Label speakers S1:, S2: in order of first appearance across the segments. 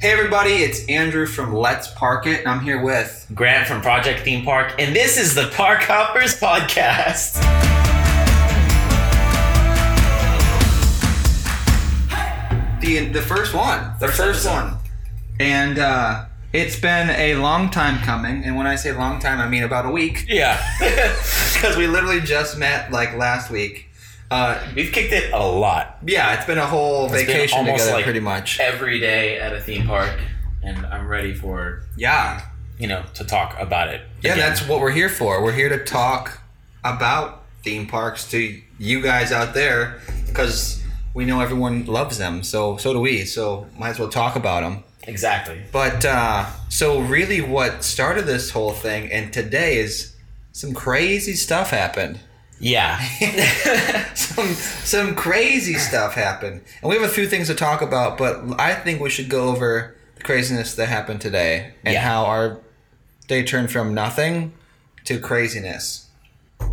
S1: Hey everybody, it's Andrew from Let's Park It, and I'm here with.
S2: Grant from Project Theme Park, and this is the Park Hoppers Podcast.
S1: the the first one, the first one, and uh, it's been a long time coming. And when I say long time, I mean about a week,
S2: Yeah.
S1: because we literally just met like last week. Uh,
S2: We've kicked it a lot.
S1: yeah, it's been a whole
S2: been
S1: vacation
S2: almost
S1: together,
S2: like- e-
S1: pretty much.
S3: every day at a theme park, and I'm ready for
S1: Yeah,
S2: You know, to talk about it.
S1: yeah,
S2: again.
S1: that's what we're here for. We're here to talk about theme parks to you guys out there, because we know everyone loves them. So so do we. So might as well talk about them.
S3: exactly.
S1: But uh, so really, what started this whole thing, and today is some crazy stuff happened.
S2: yeah.
S1: some some crazy stuff happened, and we have a few things to talk about. But I think we should go over the craziness that happened today and
S2: Yeah.
S1: how our day turned from nothing to craziness.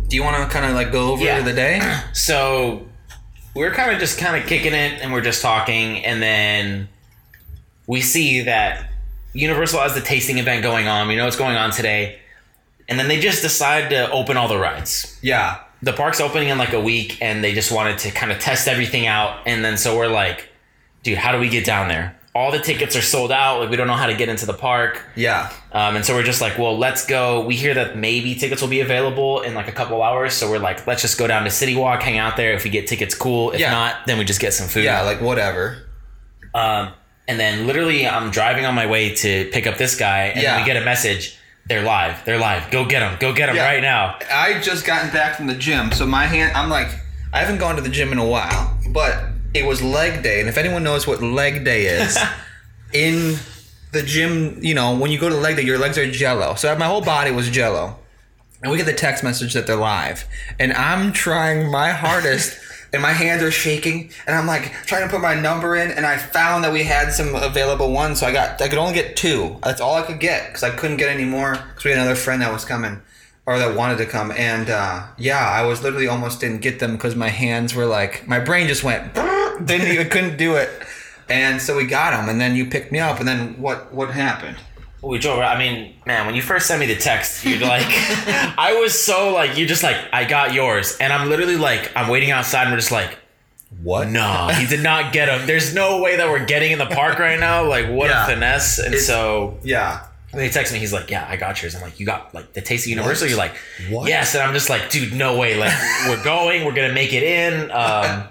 S1: Do you want to kind of like go over
S2: Yeah.
S1: the day?
S2: So we're kind of just kind of kicking it, and we're just talking, and then we see that Universal has the tasting event going on. We know what's going on today, and then they just decide to open all the rides.
S1: yeah,
S2: the park's opening in like a week and they just wanted to kind of test everything out and then so we're like dude how do we get down there all the tickets are sold out like we don't know how to get into the park
S1: yeah,
S2: um, and so we're just like well let's go we hear that maybe tickets will be available in like a couple hours so we're like let's just go down to city walk hang out there if we get tickets cool if
S1: Yeah.
S2: not then we just get some food
S1: yeah. Like whatever.
S2: um, and then literally i'm driving on my way to pick up this guy and
S1: Yeah.
S2: we get a message they're live they're live go get them go get them
S1: Yeah.
S2: right now
S1: I just gotten back from the gym, so my hand. I'm like, I haven't gone to the gym in a while, but it was leg day, and if anyone knows what leg day is, in the gym, you know, when you go to leg day, your legs are jello. So my whole body was jello, and we get the text message that they're live, and I'm trying my hardest. And my hands are shaking, and I'm like trying to put my number in, and I found that we had some available ones, so I got I could only get two. That's all I could get because I couldn't get any more because we had another friend that was coming or that wanted to come. And uh, yeah, I was literally almost didn't get them because my hands were like my brain just went didn't even couldn't do it. And so we got them, and then you picked me up, and then what what happened?
S2: We drove. I mean, man, when you first sent me the text, you're like, I was so like, you're just like, I got yours, and I'm literally like, I'm waiting outside, and we're just like,
S1: What?
S2: no, he did not get him. There's no way that we're getting in the park right now. Like, what
S1: Yeah.
S2: a finesse! And
S1: It's-
S2: so
S1: Yeah.
S2: when he texts me, he's like, Yeah, I got yours. I'm like, You got like the taste of Universal.
S1: What?
S2: You're like,
S1: What?
S2: Yes, and I'm just like, Dude, no way. Like, we're going. We're gonna make it in. Um,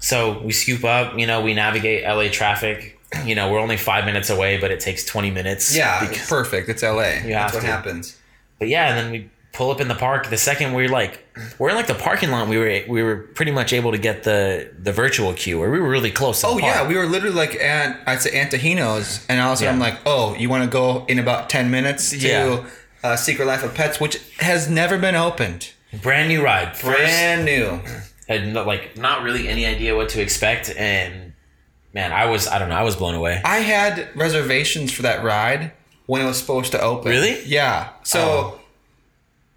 S2: so we scoop up. You know, we navigate LA traffic. You know, we're only five minutes away, but it takes 20 minutes.
S1: Yeah. it's perfect. It's L.A. That's
S2: have
S1: what
S2: to.
S1: happens.
S2: But yeah, and then we pull up in the park. The second we we're like, we're in like the parking lot. We were we were pretty much able to get the the virtual queue, or we were really close. To
S1: Oh
S2: the
S1: yeah,
S2: park.
S1: we were literally like at I'd say Antahino's, and all of a sudden
S2: Yeah.
S1: I'm like, oh, you want to go in about ten minutes to
S2: Yeah.
S1: uh, Secret Life of Pets, which has never been opened,
S2: brand new ride, brand
S1: brand new.
S2: and like not really any idea what to expect. And man, I was I don't know, I was blown away.
S1: I had reservations for that ride when it was supposed to open.
S2: Really?
S1: Yeah. So,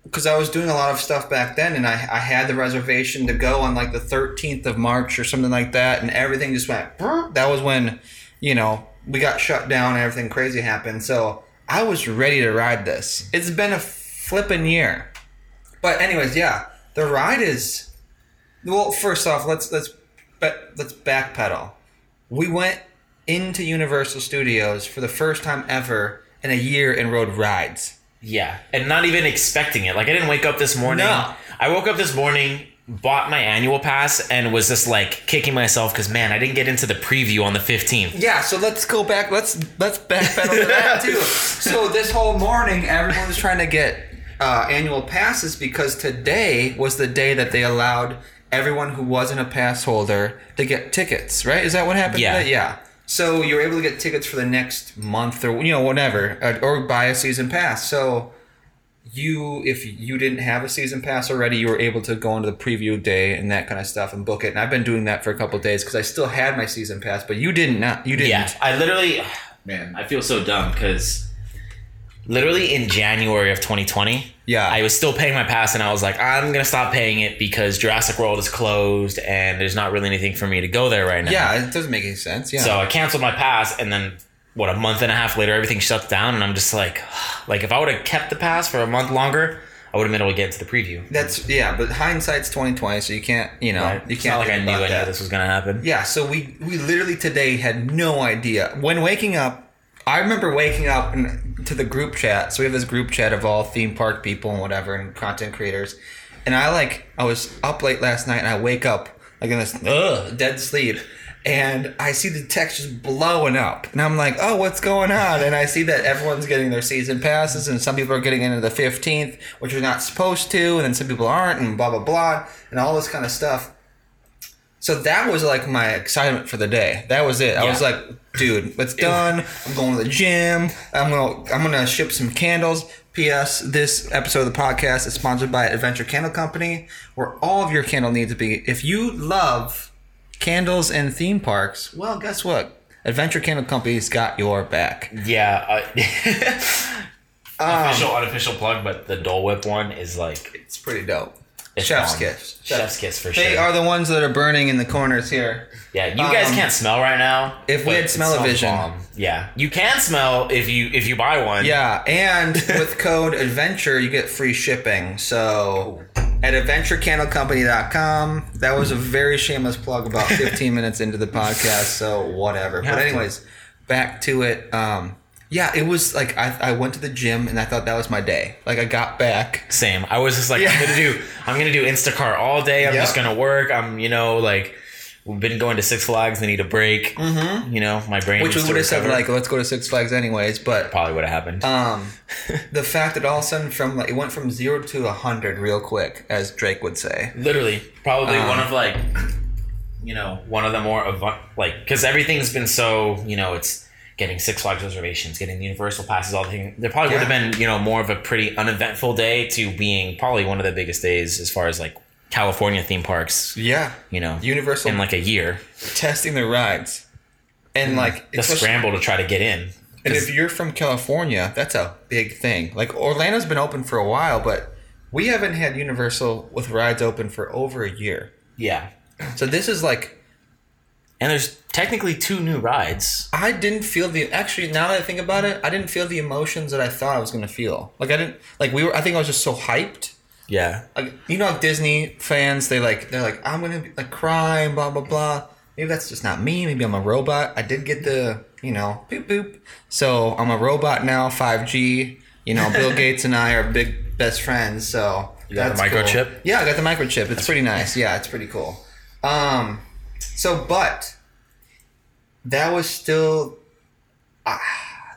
S1: because I was doing a lot of stuff back then, and I, I had the reservation to go on like the 13th of March or something like that, and everything just went. brrr. That was when, you know, we got shut down and everything crazy happened. So I was ready to ride this. It's been a flipping year. But anyways, yeah, the ride is. Well, first off, let's let's but let's backpedal. We went into Universal Studios for the first time ever in a year and rode rides.
S2: Yeah, and not even expecting it. Like I didn't wake up this morning.
S1: No.
S2: I woke up this morning, bought my annual pass, and was just like kicking myself because man, I didn't get into the preview on the 15th.
S1: Yeah, so let's go back. Let's let's backpedal to that too. So this whole morning, everyone was trying to get uh, annual passes because today was the day that they allowed everyone who wasn't a pass holder to get tickets. Right? Is that what happened?
S2: Yeah.
S1: today? Yeah. So you were able to get tickets for the next month or you know whatever, uh, or buy a season pass. So you if you didn't have a season pass already you were able to go into the preview day and that kind of stuff and book it and i've been doing that for a couple of days because i still had my season pass but you didn't not you didn't
S2: Yeah, I literally
S3: Man, I feel so dumb because
S2: literally in January of 2020.
S1: Yeah.
S2: I was still paying my pass and I was like, I'm gonna stop paying it because Jurassic World is closed and there's not really anything for me to go there right now.
S1: yeah it doesn't make any sense yeah
S2: So I canceled my pass and then what a month and a half later, everything shuts down, and I'm just like, like if I would have kept the pass for a month longer, I would have been able to get into the preview.
S1: That's yeah, but hindsight's twenty twenty, so you can't you know
S2: Right?
S1: you
S2: it's not
S1: can't
S2: like I
S1: think
S2: knew
S1: about
S2: any
S1: that.
S2: of this was gonna happen.
S1: Yeah, so we we literally today had no idea. When waking up, I remember waking up and to the group chat. So we have this group chat of all theme park people and whatever and content creators. And I like I was up late last night and I wake up like in this ugh, dead sleep. And I see the text just blowing up. And I'm like, oh, what's going on? And I see that everyone's getting their season passes, and some people are getting into the 15th, which are not supposed to, and then some people aren't, and blah, blah, blah, and all this kind of stuff. So that was like my excitement for the day. That was it. I was
S2: Yeah.
S1: like, dude, it's done. I'm going to the gym. I'm gonna I'm gonna ship some candles. P.S. This episode of the podcast is sponsored by Adventure Candle Company, where all of your candle needs to be. If you love candles and theme parks, well, guess what? Adventure Candle Company's got your back.
S2: Yeah.
S1: Um,
S2: official, unofficial plug, but the Dole Whip one is like
S1: it's pretty dope.
S2: it's
S1: Chef's
S2: on.
S1: kiss.
S2: Chef's kiss for
S1: They
S2: sure.
S1: are the ones that are burning in the corners here.
S2: Yeah, you guys
S1: Um,
S2: can't smell right now.
S1: if we
S2: but
S1: had
S2: it
S1: smell-o-vision.
S2: smells bomb. Yeah, you can smell if you if you buy one.
S1: Yeah, and with code adventure you get free shipping. So at adventurecandlecompany.com. That was a
S2: Hmm.
S1: very shameless plug about 15 minutes into the podcast, so whatever. But
S2: have to.
S1: anyways, back to it. Um yeah, it was like I, I went to the gym and I thought that was my day. Like I got back.
S2: Same. I was just like, I'm
S1: Yeah.
S2: gonna do I'm gonna do Instacart all day. I'm
S1: Yep.
S2: just gonna work. I'm you know like we've been going to Six Flags. I need a break. Mm-hmm. You know my brain.
S1: Which we
S2: needs to
S1: would have said
S2: recover.
S1: like let's go to Six Flags anyways, but
S2: probably would have happened.
S1: um the fact that all of a sudden from like it went from 0 to 100 real quick as Drake would say.
S2: Literally,
S4: Probably
S1: Um,
S4: one of like
S2: you know one of the more avant- like because everything's been so you know it's getting Six Flags reservations, getting the Universal passes, all the thing. There probably would have been you know more of a pretty uneventful day to being probably one of the biggest days as far as like California theme parks.
S1: Yeah.
S2: You know,
S1: Universal
S2: in like a year,
S1: testing their rides. And like
S2: the
S1: especially-
S2: scramble to try to get in.
S1: and if you're from California, that's a big thing. Like Orlando's been open for a while, but we haven't had Universal with rides open for over a year.
S2: Yeah,
S1: So this is like
S2: And there's technically two new rides.
S1: I didn't feel the actually now that I think about it, I didn't feel the emotions that I thought I was gonna feel. Like I didn't like we were I think I was just so hyped.
S2: Yeah.
S1: Like you know Disney fans, they like they're like, I'm gonna be, like cry and blah blah blah. Maybe that's just not me, maybe I'm a robot. I did get the, you know, boop boop. So I'm a robot now, five G. You know, Bill Gates and I are big best friends, so you
S2: got the microchip?
S1: Yeah, I got the microchip. It's pretty nice. Yeah, it's pretty cool. Um so but that was still ah,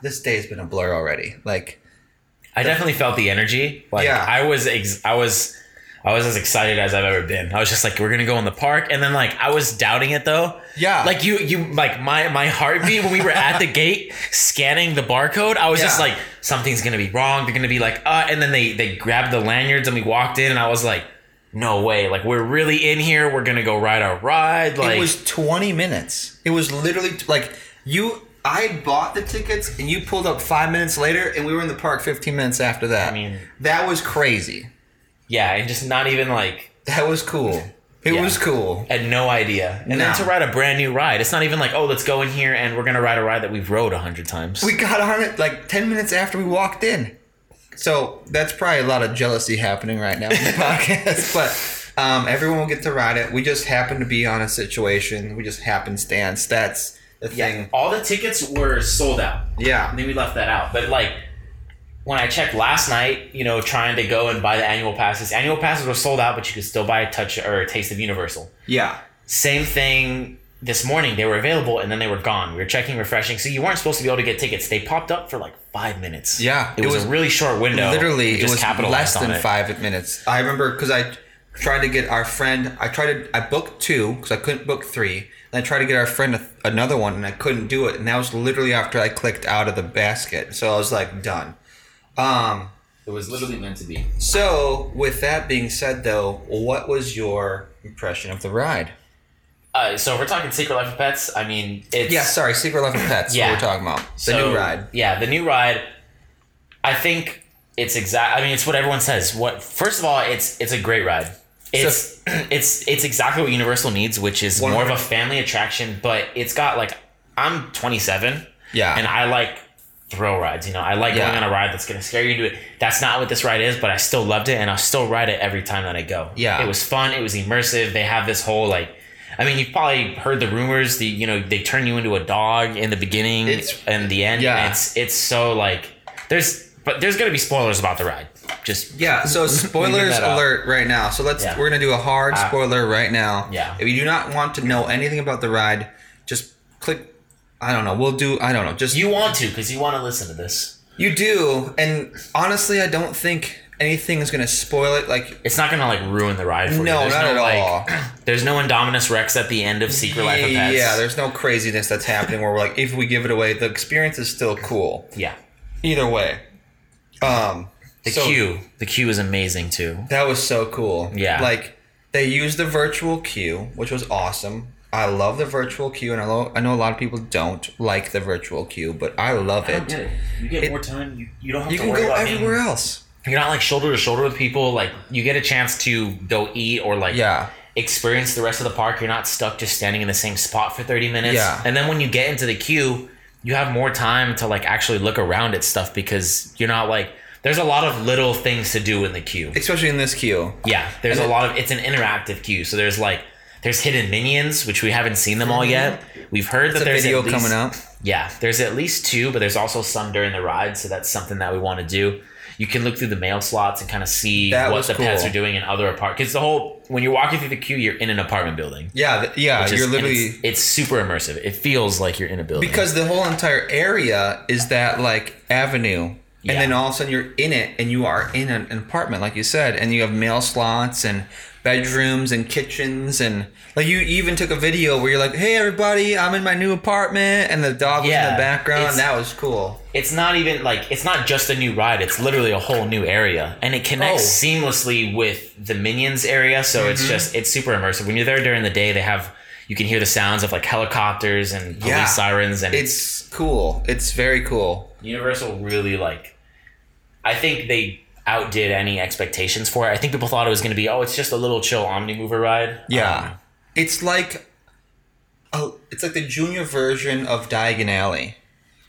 S1: this day has been a blur already. Like
S2: I definitely felt the energy. Like
S1: Yeah.
S2: I was ex- I was I was as excited as I've ever been. I was just like, we're gonna go in the park, and then like I was doubting it though.
S1: Yeah.
S2: Like you you like my my heartbeat when we were at the gate scanning the barcode, I was just
S1: Yeah.
S2: like, something's gonna be wrong. They're gonna be like, uh, and then they they grabbed the lanyards and we walked in and I was like, no way, like we're really in here, we're gonna go ride our ride. Like
S1: it was 20 minutes. It was literally t- like you. I had bought the tickets and you pulled up five minutes later, and we were in the park 15 minutes after that. I
S2: mean-
S1: that was crazy.
S2: yeah, and just not even like
S1: That was cool. It
S2: Yeah.
S1: was cool.
S2: had no idea.
S1: No.
S2: And then to ride a brand new ride, it's not even like, oh, let's go in here and we're gonna ride a ride that we've rode a hundred times.
S1: We got on it like 10 minutes after we walked in. So that's probably a lot of jealousy happening right now in the podcast, but um, everyone will get to ride it. We just happen to be on a situation. We just happenstance. That's the thing.
S2: all the tickets were sold out. I
S1: Yeah.
S2: think we left that out. But like when I checked last night, you know, trying to go and buy the annual passes, annual passes were sold out, but you could still buy a touch or a taste of Universal.
S1: Yeah.
S2: Same thing this morning, they were available and then they were gone. We were checking, refreshing. So you weren't supposed to be able to get tickets. They popped up for like five minutes.
S1: Yeah,
S2: It,
S1: it
S2: was,
S1: was
S2: a really short window.
S1: Literally,
S2: We
S1: it was less
S2: capitalized on
S1: than
S2: it.
S1: five minutes. I remember because I tried to get our friend. I tried to. I booked two because I couldn't book three. And I tried to get our friend a, another one, and I couldn't do it. And that was literally after I clicked out of the basket. So I was like, done. Um.
S4: it was literally meant to be.
S1: So with that being said, though, what was your impression of the ride?
S2: Uh, so if we're talking Secret Life of Pets, I mean, it's
S1: Yeah, sorry, Secret Life of Pets.
S2: Yeah.
S1: What we're talking about the
S2: so-
S1: new ride.
S2: Yeah, the new ride. I think it's exact. I mean, it's what everyone says. What first of all, it's it's a great ride. It's it's it's exactly what Universal needs, which is more of a family attraction. But it's got like I'm 27.
S1: Yeah.
S2: And I like thrill rides. You know, I like
S1: Yeah.
S2: going on a ride that's going to scare you into it. That's not what this ride is, but I still loved it, and I'll still ride it every time that I go.
S1: Yeah.
S2: It was fun. It was immersive. They have this whole like. I mean, you've probably heard the rumors. The you know they turn you into a dog in the beginning
S1: It's-
S2: and the end.
S1: Yeah.
S2: It's it's so like there's but there's gonna be spoilers about the ride. Just
S1: Yeah, so spoilers
S2: that out.
S1: alert right now. So let's
S2: Yeah.
S1: we're gonna do a hard
S2: Ah.
S1: spoiler right now.
S2: Yeah.
S1: If you do not want to know anything about the ride, just click I don't know, we'll do I don't know, just
S2: you want to because you want to listen to this.
S1: you do, and honestly I don't think anything is gonna spoil it. Like
S2: It's not gonna like ruin the ride for you.
S1: No,
S2: There's
S1: not at
S2: like,
S1: all.
S2: There's no Indominus Rex at the end of Secret Life of Pets.
S1: yeah, there's no craziness that's happening where we're like, if we give it away, the experience is still cool.
S2: yeah.
S1: Either way. Um
S2: The
S1: so-
S2: queue, the queue is amazing too.
S1: That was so cool.
S2: Yeah.
S1: Like they used the virtual queue, which was awesome. I love the virtual queue, and I, lo- I know a lot of people don't like the virtual queue, but I love
S5: I don't get
S1: it.
S5: it. You get
S1: It-
S5: more time. You, you don't have
S1: You
S5: to
S1: can
S5: worry
S1: go
S5: about
S1: everywhere
S5: being-
S1: else.
S2: You're not like shoulder to shoulder with people. Like you get a chance to go eat or like
S1: Yeah.
S2: experience the rest of the park. You're not stuck just standing in the same spot for 30 minutes.
S1: Yeah.
S2: And then when you get into the queue, you have more time to like actually look around at stuff because you're not like there's a lot of little things to do in the queue.
S1: Especially in this queue.
S2: Yeah, there's a lot of it's an interactive queue. So there's like there's hidden minions which we haven't seen them all yet. We've heard
S1: Mm-hmm. It's
S2: that
S1: a
S2: there's
S1: video
S2: at least,
S1: coming out.
S2: Yeah, there's at least two, but there's also some during the ride. So that's something that we want to do. You can look through the mail slots and kind of see
S1: That
S2: what
S1: was
S2: the pets
S1: cool.
S2: are doing in other apartments. Because the whole when you're walking through the queue, you're in an apartment building.
S1: Yeah, th- yeah.
S2: which is-
S1: You're
S2: and
S1: literally
S2: it's, it's super immersive. It feels like you're in a building
S1: because the whole entire area is that like avenue.
S2: Yeah.
S1: And then all of a sudden you're in it and you are in an, an apartment, like you said, and you have mail slots and bedrooms and kitchens and like you even took a video where you're like, Hey everybody, I'm in my new apartment and the dog was in
S2: Yeah,
S1: the background.
S2: it's-
S1: That was cool.
S2: it's not even like it's not just a new ride it's literally a whole new area and it connects
S1: Oh. Mm-hmm.
S2: seamlessly with the minions area so it's just it's super immersive when you're there during the day they have you can hear the sounds of like helicopters and police
S1: Yeah.
S2: sirens and
S1: It's cool. It's very cool.
S2: universal really like i think they outdid any expectations for it i think people thought it was going to be oh it's just a little chill omnimover ride
S1: Yeah.
S2: Um,
S1: it's like a, it's like the junior version of Diagon Alley.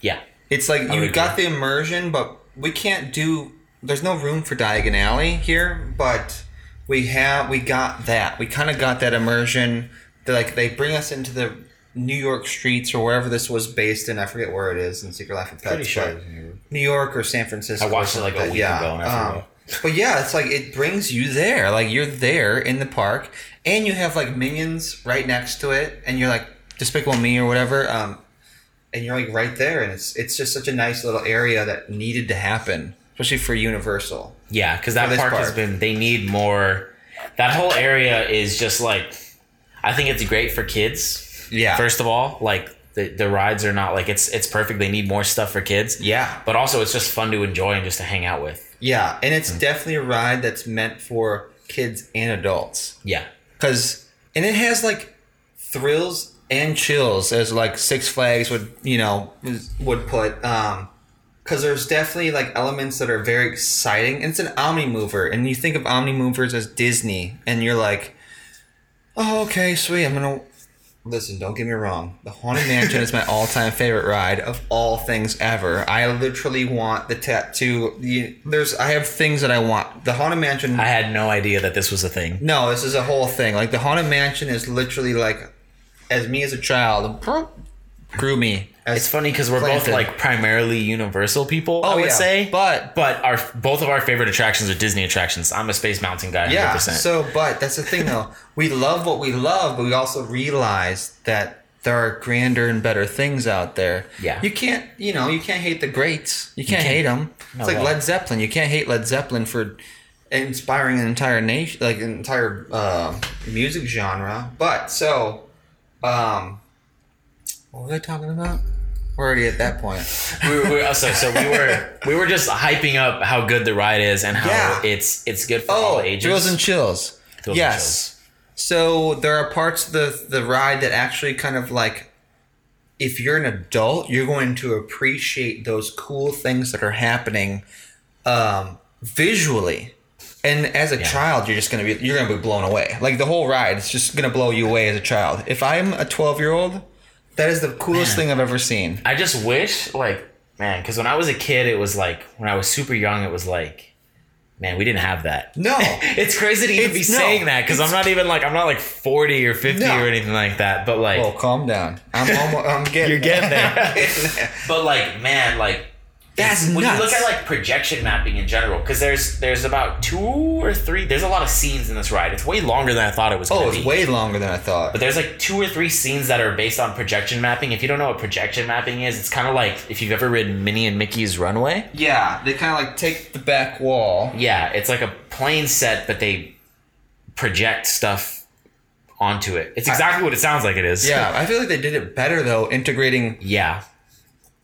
S2: yeah
S1: It's like you
S2: would
S1: got the immersion, but we can't do. There's no room for Diagon Alley here, but we have we got that. We kind of got that immersion. They like they bring us into the New York streets or wherever this was based in. I forget where it is in Secret Life of Pets.
S2: Pretty sure
S1: but
S2: it was New York.
S1: New York or San Francisco.
S2: I watched it, like, a
S1: or something
S2: week ago and I
S1: um,
S2: forgot.
S1: but yeah, it's like it brings you there. Like you're there in the park, and you have like minions right next to it, and you're like Despicable Me or whatever. Um, and you're like right there, and it's it's just such a nice little area that needed to happen, especially for Universal.
S2: Yeah, because that
S1: this
S2: park, has
S1: park.
S2: been. They need more. That whole area is just like. I think it's great for kids.
S1: Yeah.
S2: First of all, like the the rides are not like it's it's perfect. They need more stuff for kids.
S1: Yeah,
S2: But also, it's just fun to enjoy and just to hang out with.
S1: yeah, and
S2: Hmm.
S1: it's definitely a ride that's meant for kids and adults,
S2: Yeah.
S1: cause and it has like thrills and chills as like Six Flags would you know is- would put. Um, because there's definitely like elements that are very exciting. And it's an Omni Mover, and you think of Omni Movers as Disney, and you're like, oh, okay, sweet. I'm gonna listen. Don't get me wrong. The Haunted Mansion is my all-time favorite ride of all things ever. I literally want the tattoo. You, there's I have things that I want. The Haunted Mansion.
S2: I had no idea that this was a thing.
S1: No, this is a whole thing. Like the haunted mansion is literally like, as me as a child, grew me. As
S2: It's funny because we're both
S1: planted.
S2: like primarily Universal people. I
S1: Oh,
S2: would
S1: yeah.
S2: say,
S1: But-
S2: but our both of our favorite attractions are Disney attractions. I'm a Space Mountain guy. 100%.
S1: yeah. So, but that's the thing though. we love what we love, but we also realize that there are grander and better things out there.
S2: Yeah.
S1: You can't, you know, you can't hate the greats. You can't, 'em. hate them. it's like
S2: well.
S1: Led Zeppelin. You can't hate Led Zeppelin for inspiring an entire nation, like an entire uh, music genre. But so, um, what were they talking about? We're already at that point.
S2: we were, we were- so, so we were we were just hyping up how good the ride is and how
S1: Yeah.
S2: it's it's good for all
S1: Oh,
S2: ages.
S1: thrills and chills.
S2: Thrills and
S1: yes. So there are parts of the the ride that actually kind of like, if you're an adult, you're going to appreciate those cool things that are happening, um, visually. And as a child, you're just gonna be you're gonna be blown away. Like the whole ride, it's just gonna blow you away as a child. If I'm a 12 year old, That is the
S6: Man.
S1: coolest thing I've ever seen.
S6: I just wish, like, man, because when I was a kid, it was like when I was super young, it was like, man, we didn't have that.
S1: No.
S6: It's crazy to even
S1: It's-
S6: be
S1: no,
S6: saying that because I'm not even like I'm not like 40 or 50
S1: No.
S6: or anything like that. But like,
S1: Well, Oh, calm down. I'm almost, I'm getting
S6: You're getting there.
S1: Getting there.
S2: But like, man, like
S1: That's
S2: when
S1: nuts.
S2: you look at like projection mapping in general, because there's there's about two or three. There's a lot of scenes in this ride. It's way longer than I thought it was.
S1: oh,
S2: gonna
S1: it's
S2: be.
S1: way longer than I thought.
S2: But there's like two or three scenes that are based on projection mapping. If you don't know what projection mapping is, it's kind of like if you've ever read Minnie and Mickey's Runway.
S1: Yeah, they kind of like take the back wall.
S2: Yeah, it's like a plane set, but they project stuff onto it. It's exactly what it sounds like it is.
S1: Yeah, I feel like they did it better though, integrating.
S2: Yeah.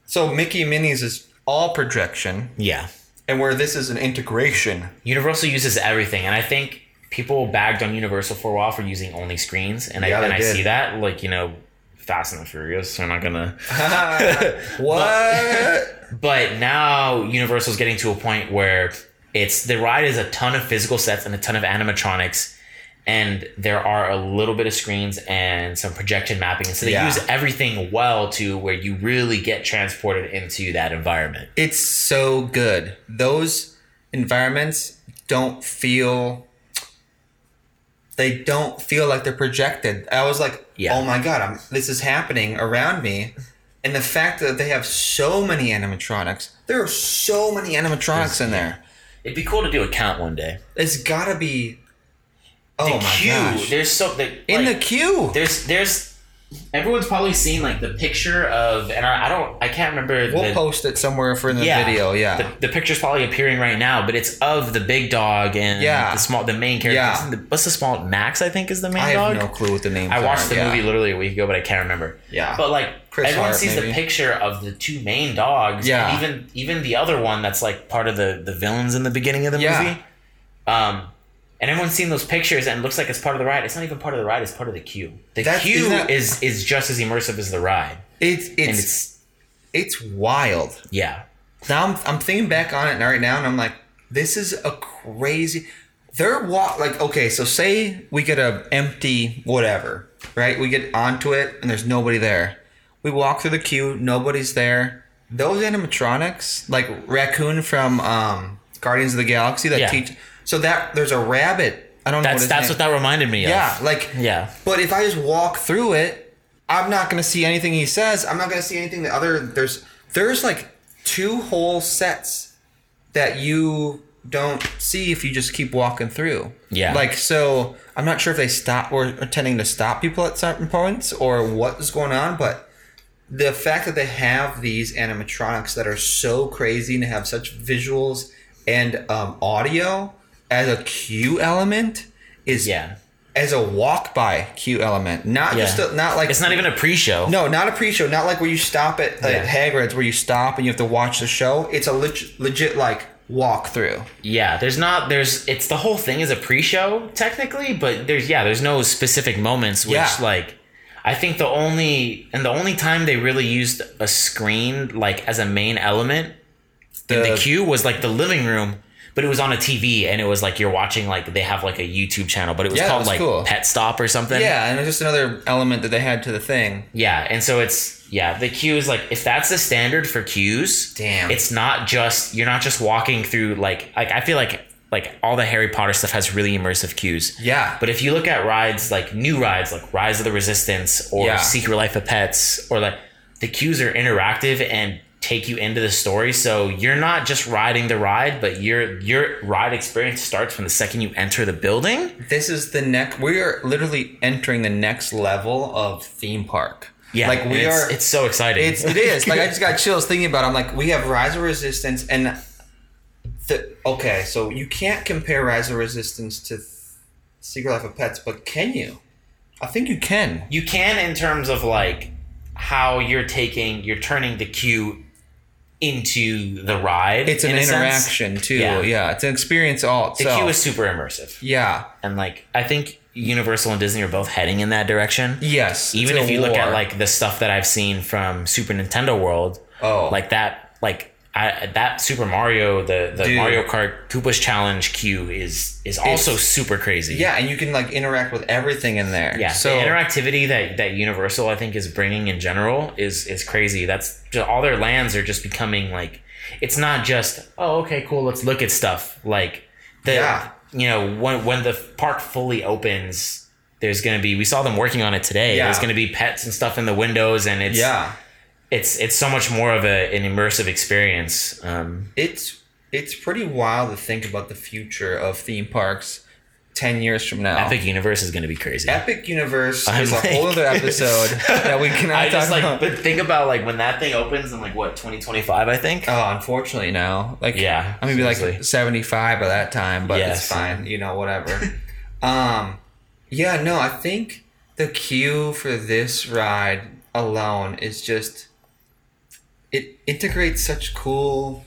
S1: So Mickey and Minnie's is all projection,
S2: Yeah.
S1: and where this is an integration.
S2: Universal uses everything, and I think people bagged on Universal for a while for using only screens, and
S1: Yeah,
S2: I
S1: they
S2: and I
S1: did.
S2: see that like you know, Fast and the Furious. They're not gonna.
S1: what?
S2: But now Universal's getting to a point where it's the ride is a ton of physical sets and a ton of animatronics, and there are a little bit of screens and some projection mapping, and so they
S1: Yeah.
S2: use everything well to where you really get transported into that environment.
S1: it's so good. Those environments don't feel. They don't feel like they're projected. I was like,
S2: Yeah.
S1: oh my god, I'm, this is happening around me. And the fact that they have so many animatronics, there are so many animatronics in there.
S2: It'd be cool to do a count one day.
S1: It's gotta be. Oh
S2: The
S1: my
S2: queue,
S1: gosh!
S2: there's so the,
S1: in
S2: like-
S1: the queue.
S2: there's there's everyone's probably seen like the picture of and I, I don't I can't remember
S1: We'll
S2: the,
S1: post it somewhere for in the
S2: Yeah.
S1: video. Yeah.
S2: the the picture's probably appearing right now, but it's of the big dog and
S1: Yeah.
S2: the small the main character.
S1: Yeah.
S2: It's the- what's the small Max I think is the main
S1: I
S2: dog.
S1: have no clue what the name.
S2: I watched the
S1: yeah.
S2: movie literally a week ago, but I can't remember.
S1: Yeah.
S2: But like
S1: Chris
S2: everyone
S1: Hart,
S2: sees
S1: maybe.
S2: the picture of the two main dogs.
S1: Yeah.
S2: And even even the other one that's like part of the the villains in the beginning of the
S1: Yeah.
S2: movie. Um and everyone's seen those pictures and it looks like it's part of the ride. It's not even part of the ride, it's part of the queue. The
S1: That-
S2: queue
S1: isn't that-
S2: is is just as immersive as the ride.
S1: It's
S2: and
S1: it's
S2: it's
S1: it's wild.
S2: yeah.
S1: Now I'm I'm thinking back on it right now, and I'm like, this is a crazy. They're wa- like okay, so say we get a empty whatever, right? We get onto it, and there's nobody there. We walk through the queue, nobody's there. Those animatronics, like raccoon from um, Guardians of the Galaxy, that
S2: Yeah.
S1: teach. So that there's a rabbit. I don't know.
S2: That's
S1: his
S2: that's
S1: name-
S2: what that reminded me of.
S1: Yeah, like
S2: Yeah.
S1: But if I just walk through it, I'm not gonna see anything he says. I'm not gonna see anything the other there's there's like two whole sets that you don't see if you just keep walking through.
S2: Yeah.
S1: Like so I'm not sure if they stop or intending to stop people at certain points or what is going on, but the fact that they have these animatronics that are so crazy and have such visuals and um, audio as a cue element is
S2: Yeah.
S1: as a walk by cue element, not
S2: Yeah.
S1: just a, not like
S2: It's not even a pre-show.
S1: no, not a pre show, not like where you stop at, at
S2: Yeah.
S1: Hagrid's where you stop and you have to watch the show. It's a legit, legit like walk through.
S2: Yeah, there's not there's it's the whole thing is a pre-show technically, but there's yeah, there's no specific moments which
S1: Yeah.
S2: like I think the only and the only time they really used a screen like as a main element in the queue was like the living room, but it was on a TV and it was like you're watching like they have like a YouTube channel, but it was
S1: Yeah,
S2: called
S1: that's
S2: like
S1: cool.
S2: Pet Stop or something.
S1: yeah, and it's just another element that they had to the thing.
S2: Yeah, and so it's yeah, the queue is like if that's the standard for queues,
S1: Damn.
S2: it's not just you're not just walking through like like I feel like like all the Harry Potter stuff has really immersive queues.
S1: Yeah,
S2: But if you look at rides like new rides like Rise of the Resistance or
S1: Yeah.
S2: Secret Life of Pets or like the queues are interactive and take you into the story. So you're not just riding the ride, but your your ride experience starts from the second you enter the building.
S1: this is the next. We are literally entering the next level of theme park.
S2: Yeah.
S1: like
S2: and
S1: we
S2: it's,
S1: are.
S2: it's so exciting.
S1: It's it is like I just got chills thinking about. It. I'm like, we have Rise of Resistance and the okay. So you can't compare Rise of Resistance to Secret Life of Pets, but can you? I think you can.
S2: You can in terms of like how you're taking, you're turning the queue into the ride.
S1: It's an
S2: in a sense.
S1: interaction too. Yeah.
S2: Yeah.
S1: it's an experience all
S2: The
S1: itself.
S2: queue is super immersive,
S1: yeah.
S2: and like I think Universal and Disney are both heading in that direction.
S1: Yes.
S2: Even
S1: it's
S2: if
S1: a
S2: you look
S1: war.
S2: at like the stuff that I've seen from Super Nintendo World,
S1: oh
S2: like that, like I, that Super Mario, the, the
S1: Dude.
S2: Mario Kart Koopa's Challenge queue is is also super crazy.
S1: Yeah, and you can like interact with everything in there.
S2: yeah.
S1: So
S2: the interactivity that that Universal I think is bringing in general is is crazy. That's just, all their lands are just becoming like it's not just oh okay cool let's look at stuff like the
S1: Yeah.
S2: you know when when the park fully opens there's gonna be we saw them working on it today
S1: Yeah.
S2: there's gonna be pets and stuff in the windows and it's
S1: yeah,
S2: it's it's so much more of a, an immersive experience. Um,
S1: it's it's pretty wild to think about the future of theme parks ten years from now.
S2: Epic Universe is going to be crazy.
S1: Epic Universe
S2: I'm
S1: is a whole
S2: like-
S1: other episode that we cannot
S2: I
S1: talk
S2: just like,
S1: about.
S2: but think about like when that thing opens in like what 2025, I think.
S1: Oh, unfortunately, no. Like,
S2: Yeah,
S1: I'm gonna be like
S2: seriously.
S1: 75 by that time, but it's
S2: Yes.
S1: fine. You know, whatever. um, yeah, no, I think the queue for this ride alone is just it integrates such cool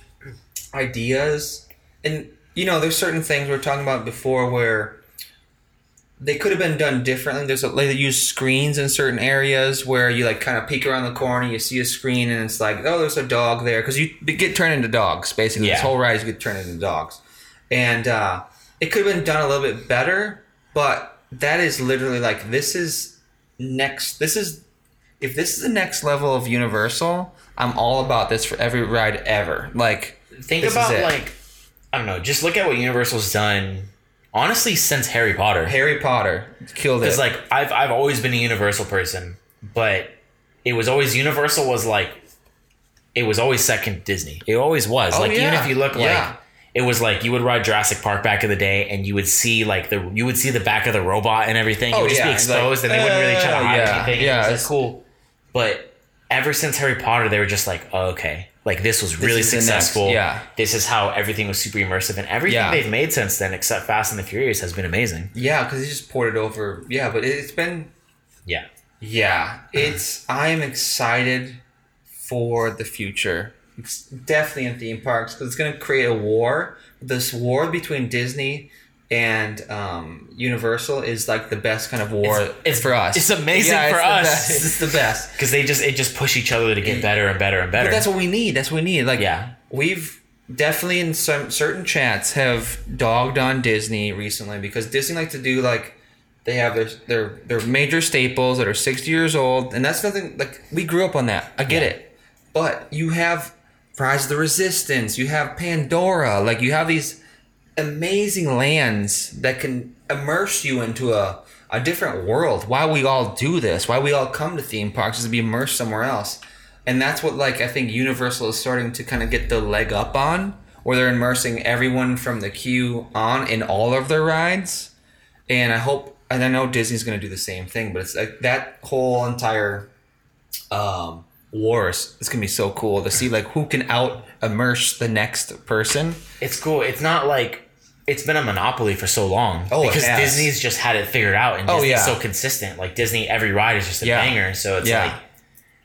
S1: ideas, and you know, there's certain things we were talking about before where they could have been done differently. There's a, like they use screens in certain areas where you like kind of peek around the corner, you see a screen, and it's like, oh, there's a dog there because you they get turned into dogs. Basically, this
S2: Yeah.
S1: whole ride you get turned into dogs, and uh, it could have been done a little bit better. But that is literally like this is next. This is if this is the next level of Universal. I'm all about this for every ride ever. Like
S2: think
S1: this is
S2: about
S1: it.
S2: like I don't know. Just look at what Universal's done. Honestly, since Harry Potter,
S1: Harry Potter killed it.
S2: because like I've I've always been a Universal person, but it was always Universal was like it was always second Disney. It always was
S1: Oh,
S2: like even
S1: yeah.
S2: if you look like
S1: Yeah.
S2: it was like you would ride Jurassic Park back in the day, and you would see like the you would see the back of the robot and everything. it
S1: Oh,
S2: would just
S1: yeah.
S2: be
S1: It's
S2: exposed,
S1: like,
S2: and they wouldn't really try
S1: uh,
S2: to hide
S1: yeah.
S2: anything.
S1: Yeah,
S2: eh, Yeah,
S1: it's-
S2: it's cool. But ever since Harry Potter, they were just like, oh, okay, like this was really
S1: is the next-
S2: successful.
S1: yeah.
S2: this is how everything was super immersive, and everything
S1: Yeah.
S2: they've made since then, except Fast and the Furious, has been amazing.
S1: yeah, because he just poured it over. Yeah, but it, it's been
S2: Yeah.
S1: Yeah, it's. I am excited for the future. It's definitely in theme parks because it's going to create a war. This war between Disney and um, Universal is like the best kind of war
S2: It's- it's-
S1: for us.
S2: it's amazing for
S1: the
S2: us.
S1: best. It's the best.
S2: because they just it just push each other to get better and better and better.
S1: But that's what we need. That's what we need. Like
S2: Yeah.
S1: we've definitely in some certain chats have dogged on Disney recently because Disney like to do like they have their their their major staples that are sixty years old, and that's nothing like we grew up on that. I get it, but you have Rise of the Resistance, you have Pandora, like you have these amazing lands that can immerse you into a a different world. Why we all do this? Why we all come to theme parks is to be immersed somewhere else, and that's what like I think Universal is starting to kind of get the leg up on, where they're immersing everyone from the queue on in all of their rides, and I hope and I know Disney's going to do the same thing, but it's like that whole entire um, wars. It's gonna be so cool to see like who can out immerse the next person.
S2: it's cool. It's not like it's been a monopoly for so long.
S1: Oh, it
S2: because
S1: has.
S2: Disney's just had it figured out and
S1: Oh,
S2: Disney's
S1: yeah.
S2: so consistent. Like Disney, every ride is just a
S1: Yeah.
S2: banger. So it's
S1: Yeah.
S2: like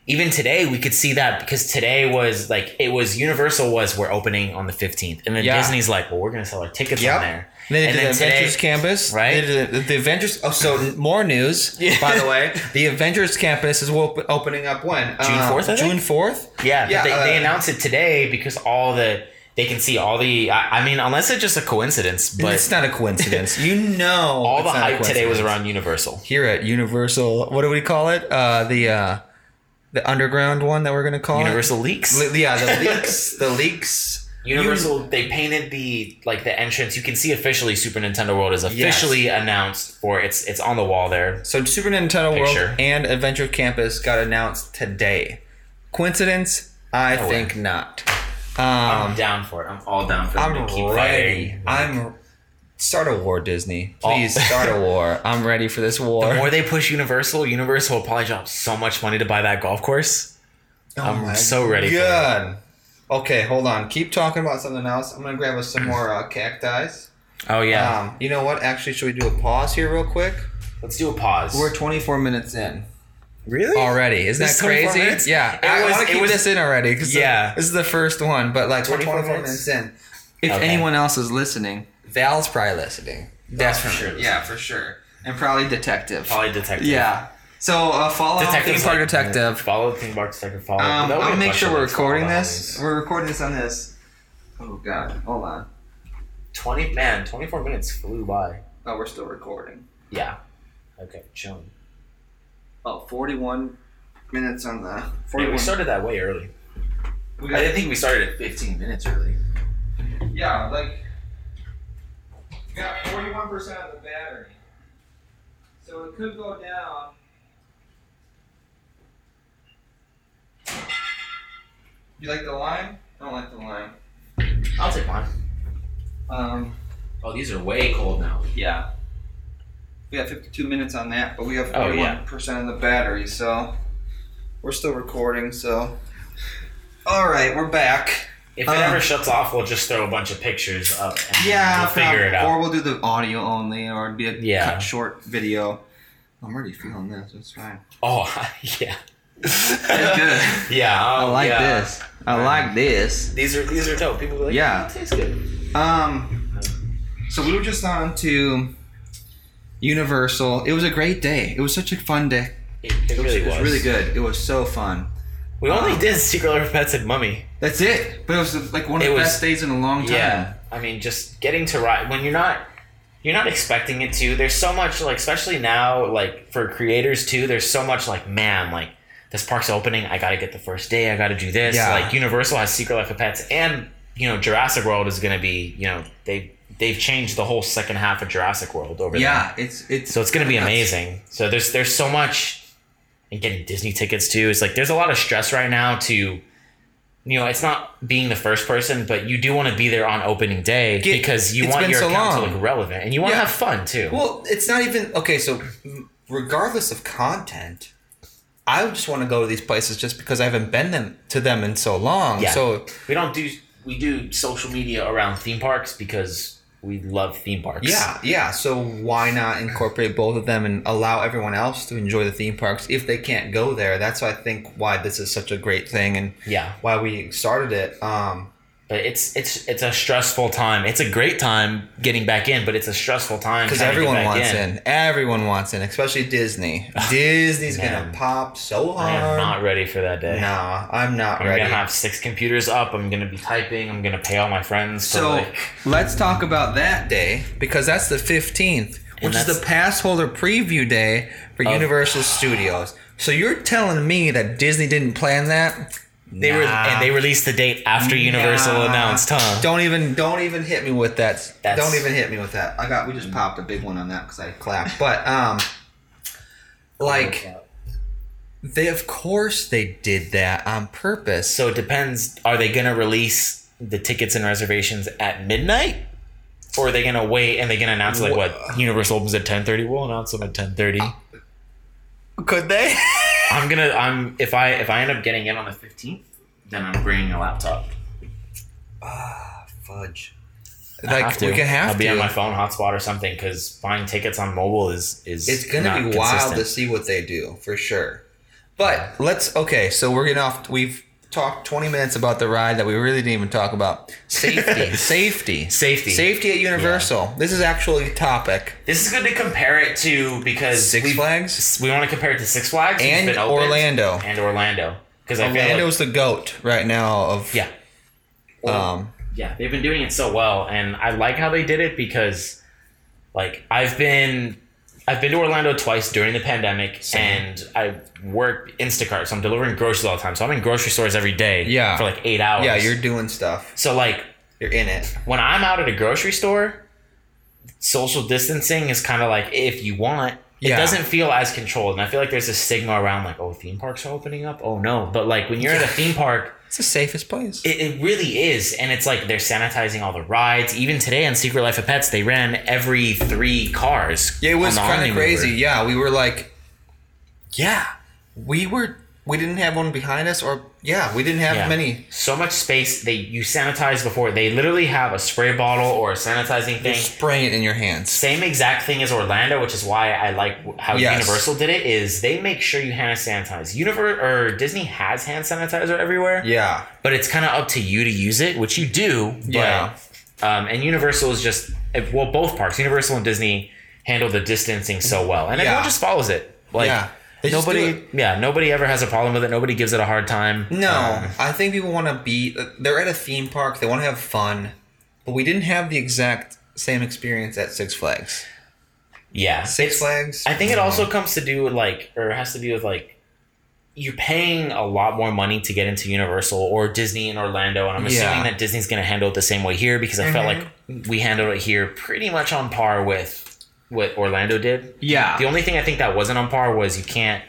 S2: even today we could see that because today was like it was Universal was we're opening on the fifteenth, and then
S1: Yeah.
S2: Disney's like, well, we're gonna sell our tickets on there,
S1: And then, they
S2: and
S1: did
S2: then
S1: the
S2: today.
S1: Avengers Campus,
S2: right?
S1: They did the, the Avengers. Oh, so n- more news. By the way, the Avengers Campus is op- opening up when Uh,
S2: June 4th, I think?
S1: June fourth.
S2: Yeah,
S1: Yeah,
S2: but they,
S1: uh,
S2: they announced it today because all the they can see all the. I, I mean, unless it's just a coincidence, but
S1: it's not a coincidence. You know,
S2: all
S1: it's
S2: the
S1: not a
S2: hype today was
S1: coincidence.
S2: around Universal.
S1: here at Universal. What do we call it? Uh, the uh, the underground one that we're gonna call
S2: Universal leaks.
S1: it. Li- Yeah, the leaks. the leaks.
S2: Universal, they painted the like the entrance. You can see officially Super Nintendo World is officially announced for it's it's on the wall there.
S1: So Super Nintendo
S2: Picture.
S1: World and Adventure Campus got announced today. Coincidence? I
S2: No way.
S1: think not.
S2: I'm
S1: Um,
S2: down for it. I'm all down for them
S1: I'm
S2: to keep
S1: ready.
S2: fighting.
S1: I'm start a war, Disney. Please start a war. Oh. I'm ready for this war.
S2: The more they push Universal, Universal will probably drop so much money to buy that golf course.
S1: Oh
S2: I'm
S1: my
S2: so ready for
S1: God. Okay, hold on. Keep talking about something else. I'm gonna grab us some more uh, cacti.
S2: Oh yeah.
S1: Um, you know what? Actually, should we do a pause here real quick?
S2: Let's do a pause.
S1: We're 24 minutes in.
S2: really?
S1: already. Isn't
S2: This
S1: that
S2: 24
S1: crazy?
S2: minutes?
S1: Yeah,
S2: It
S1: I
S2: was-
S1: want to
S2: it
S1: keep
S2: was-
S1: this in already. 'cause
S2: Yeah.
S1: this is the first one, but like we're
S2: 24
S1: 24 minutes
S2: minutes?
S1: in. If
S2: Okay.
S1: anyone else is listening, Val's probably listening.
S2: Val's for sure
S1: Yeah, for sure, and probably detective.
S2: Probably detective.
S1: Yeah. So uh, Fallout
S7: Detective
S1: Theme Park
S7: like-
S1: Detective.
S2: Follow Theme Park Detective. Follow.
S1: Um,
S2: Oh, That would be
S1: I'll
S2: a
S1: make
S2: question
S1: sure we're
S2: that's
S1: recording
S2: following.
S1: this. We're recording this on this. Oh god, hold on.
S2: Twenty man, twenty four minutes flew by.
S1: Oh, we're still recording.
S2: Yeah. Okay, chilling.
S1: Oh, 41 minutes on the.
S2: Yeah,
S1: 41.
S2: we started that way early.
S1: We
S2: I
S1: got-
S2: didn't think we started at fifteen minutes early.
S1: yeah, like. Got 41% of the battery. So it could go down. You like the line? I don't like the line.
S2: I'll take mine.
S1: Um,
S2: Oh, these are way cold now.
S1: yeah. We have 52 minutes on that, but we have 41%
S2: Oh, yeah.
S1: of the battery, so. We're still recording, so. Alright, we're back.
S2: If it
S1: Um,
S2: ever shuts off, we'll just throw a bunch of pictures up and
S1: Yeah,
S2: we'll figure it
S1: probably.
S2: out.
S1: Or we'll do the audio only, or it'd be a
S2: Yeah.
S1: cut short video. I'm already feeling this. It's fine.
S2: Oh, yeah.
S1: It's good.
S2: Yeah,
S1: I
S2: oh,
S1: like
S2: yeah.
S1: this. I like this.
S2: These are these are dope. People be like,
S1: Yeah.
S2: "Oh, it tastes good.
S1: Um, so we were just on to Universal. It was a great day. It was such a fun day.
S2: It, it
S1: It was,
S2: really
S1: it was
S2: was.
S1: really good. It was so fun.
S2: We only did Secret Life of Pets and Mummy.
S1: That's it. But it was like one of
S2: It
S1: the
S2: was-
S1: best days in a long time.
S2: Yeah, I mean, just getting to ride when you're not you're not expecting it to. There's so much like, especially now, like for creators too. There's so much like, man, like this park's opening. I gotta get the first day. I gotta do this.
S1: Yeah.
S2: Like Universal has Secret Life of Pets, and you know Jurassic World is gonna be. You know they they've changed the whole second half of Jurassic World over. there.
S1: Yeah, it's it's
S2: So it's gonna be
S1: nuts.
S2: amazing. So there's there's so much and getting Disney tickets too. It's like there's a lot of stress right now to you know, it's not being the first person, but you do want to be there on opening day
S1: Get-
S2: because you
S1: it's
S2: want
S1: been
S2: your
S1: so
S2: account to
S1: long.
S2: look relevant and you want to
S1: Yeah.
S2: have fun too.
S1: Well, it's not even okay. So, regardless of content, I just want to go to these places just because I haven't been them to them in so long.
S2: Yeah.
S1: So
S2: we don't do we do social media around theme parks because we love theme parks.
S1: yeah, yeah. So why not incorporate both of them and allow everyone else to enjoy the theme parks if they can't go there? That's I think why this is such a great thing and
S2: Yeah.
S1: why we started it. Um,
S2: But it's it's it's a stressful time. It's a great time getting back in, but it's a stressful time
S1: because
S2: trying to get
S1: everyone
S2: back
S1: wants in. Everyone wants in, especially Disney. Disney's
S2: man.
S1: gonna pop so
S2: I am
S1: hard.
S2: not ready for that day.
S1: nah, I'm not
S2: I'm
S1: ready.
S2: gonna have six computers up. I'm gonna be typing. I'm gonna pay all my friends. So
S1: So let's talk about that day because that's the 15th, which is
S2: that's-
S1: the pass holder preview day for Universal Studios. So you're telling me that Disney didn't plan that?
S2: they were
S1: Nah.
S2: and they released the date after Universal
S1: Nah.
S2: announced, huh?
S1: Don't even don't even hit me with that.
S2: That's-
S1: Don't even hit me with that. I got we just popped a big one on that because I clapped. But um, like they of course they did that on purpose.
S2: So it depends. Are they gonna release the tickets and reservations at midnight, or are they gonna wait and they gonna announce like what Universal opens at ten thirty? We'll announce them at ten thirty.
S1: Could they?
S2: I'm gonna. I'm if I if I end up getting in on the fifteenth, then I'm bringing a laptop.
S1: Fudge.
S2: I
S1: Like
S2: have to.
S1: we could have
S2: I'll be
S1: to.
S2: on my phone hotspot or something because buying tickets on mobile is is
S1: It's gonna
S2: not
S1: be wild
S2: consistent.
S1: to see what they do for sure. But let's okay. So we're getting off. We've talked twenty minutes about the ride that we really didn't even talk about. Safety, safety,
S2: Safety.
S1: safety at Universal. This is actually a topic.
S2: This is good to compare it to because
S1: Six
S2: we,
S1: Flags.
S2: we want to compare it to Six Flags
S1: And
S2: it's been opened,
S1: Orlando.
S2: and Orlando because I feel like,
S1: Orlando's the goat right now. Of
S2: yeah
S1: Um,
S2: yeah they've been doing it so well and I like how they did it because like I've been I've been to Orlando twice during the pandemic and I work Instacart so I'm delivering groceries all the time so I'm in grocery stores every day
S1: Yeah.
S2: for like eight hours
S1: yeah, you're doing stuff.
S2: so like
S1: You're in it.
S2: when I'm out at a grocery store, social distancing is kind of like if you want. It
S1: Yeah.
S2: doesn't feel as controlled, and I feel like there's a stigma around like, oh, theme parks are opening up. Oh no, but like when you're at a theme park,
S1: It's the safest place.
S2: it, it really is, and it's like they're sanitizing all the rides. Even today on Secret Life of Pets, they ran every three cars.
S1: Yeah, it was
S2: on the
S1: kind
S2: Omni
S1: of
S2: mover.
S1: crazy. Yeah, we were like, yeah, we were. We didn't have one behind us, or yeah, we didn't have
S2: Yeah.
S1: many.
S2: So much space. They you sanitize before. They literally have a spray bottle or a sanitizing thing.
S1: Spraying it in your hands.
S2: same exact thing as Orlando, which is why I like how
S1: Yes.
S2: Universal did it. Is they make sure you hand sanitize. Univer or Disney has hand sanitizer everywhere,
S1: Yeah.
S2: but it's kind of up to you to use it, which you do. But,
S1: Yeah.
S2: Um, and Universal is just eh, if- well, both parks, Universal and Disney, handle the distancing so well, and
S1: Yeah.
S2: everyone just follows it. Like
S1: Yeah. They just do
S2: nobody,
S1: it-
S2: yeah, nobody ever has a problem with it. Nobody gives it a hard time.
S1: No,
S2: Um,
S1: I think people want to be. They're at a theme park. They want to have fun, but we didn't have the exact same experience at Six Flags.
S2: yeah,
S1: Six
S2: it's-
S1: Flags.
S2: I think it also comes to do with like, or has to do with like, you're paying a lot more money to get into Universal or Disney in Orlando, and I'm
S1: Yeah. Mm-hmm.
S2: assuming that Disney's going to handle it the same way here because I felt like we handled it here pretty much on par with what Orlando did.
S1: yeah.
S2: The only thing I think that wasn't on par was you can't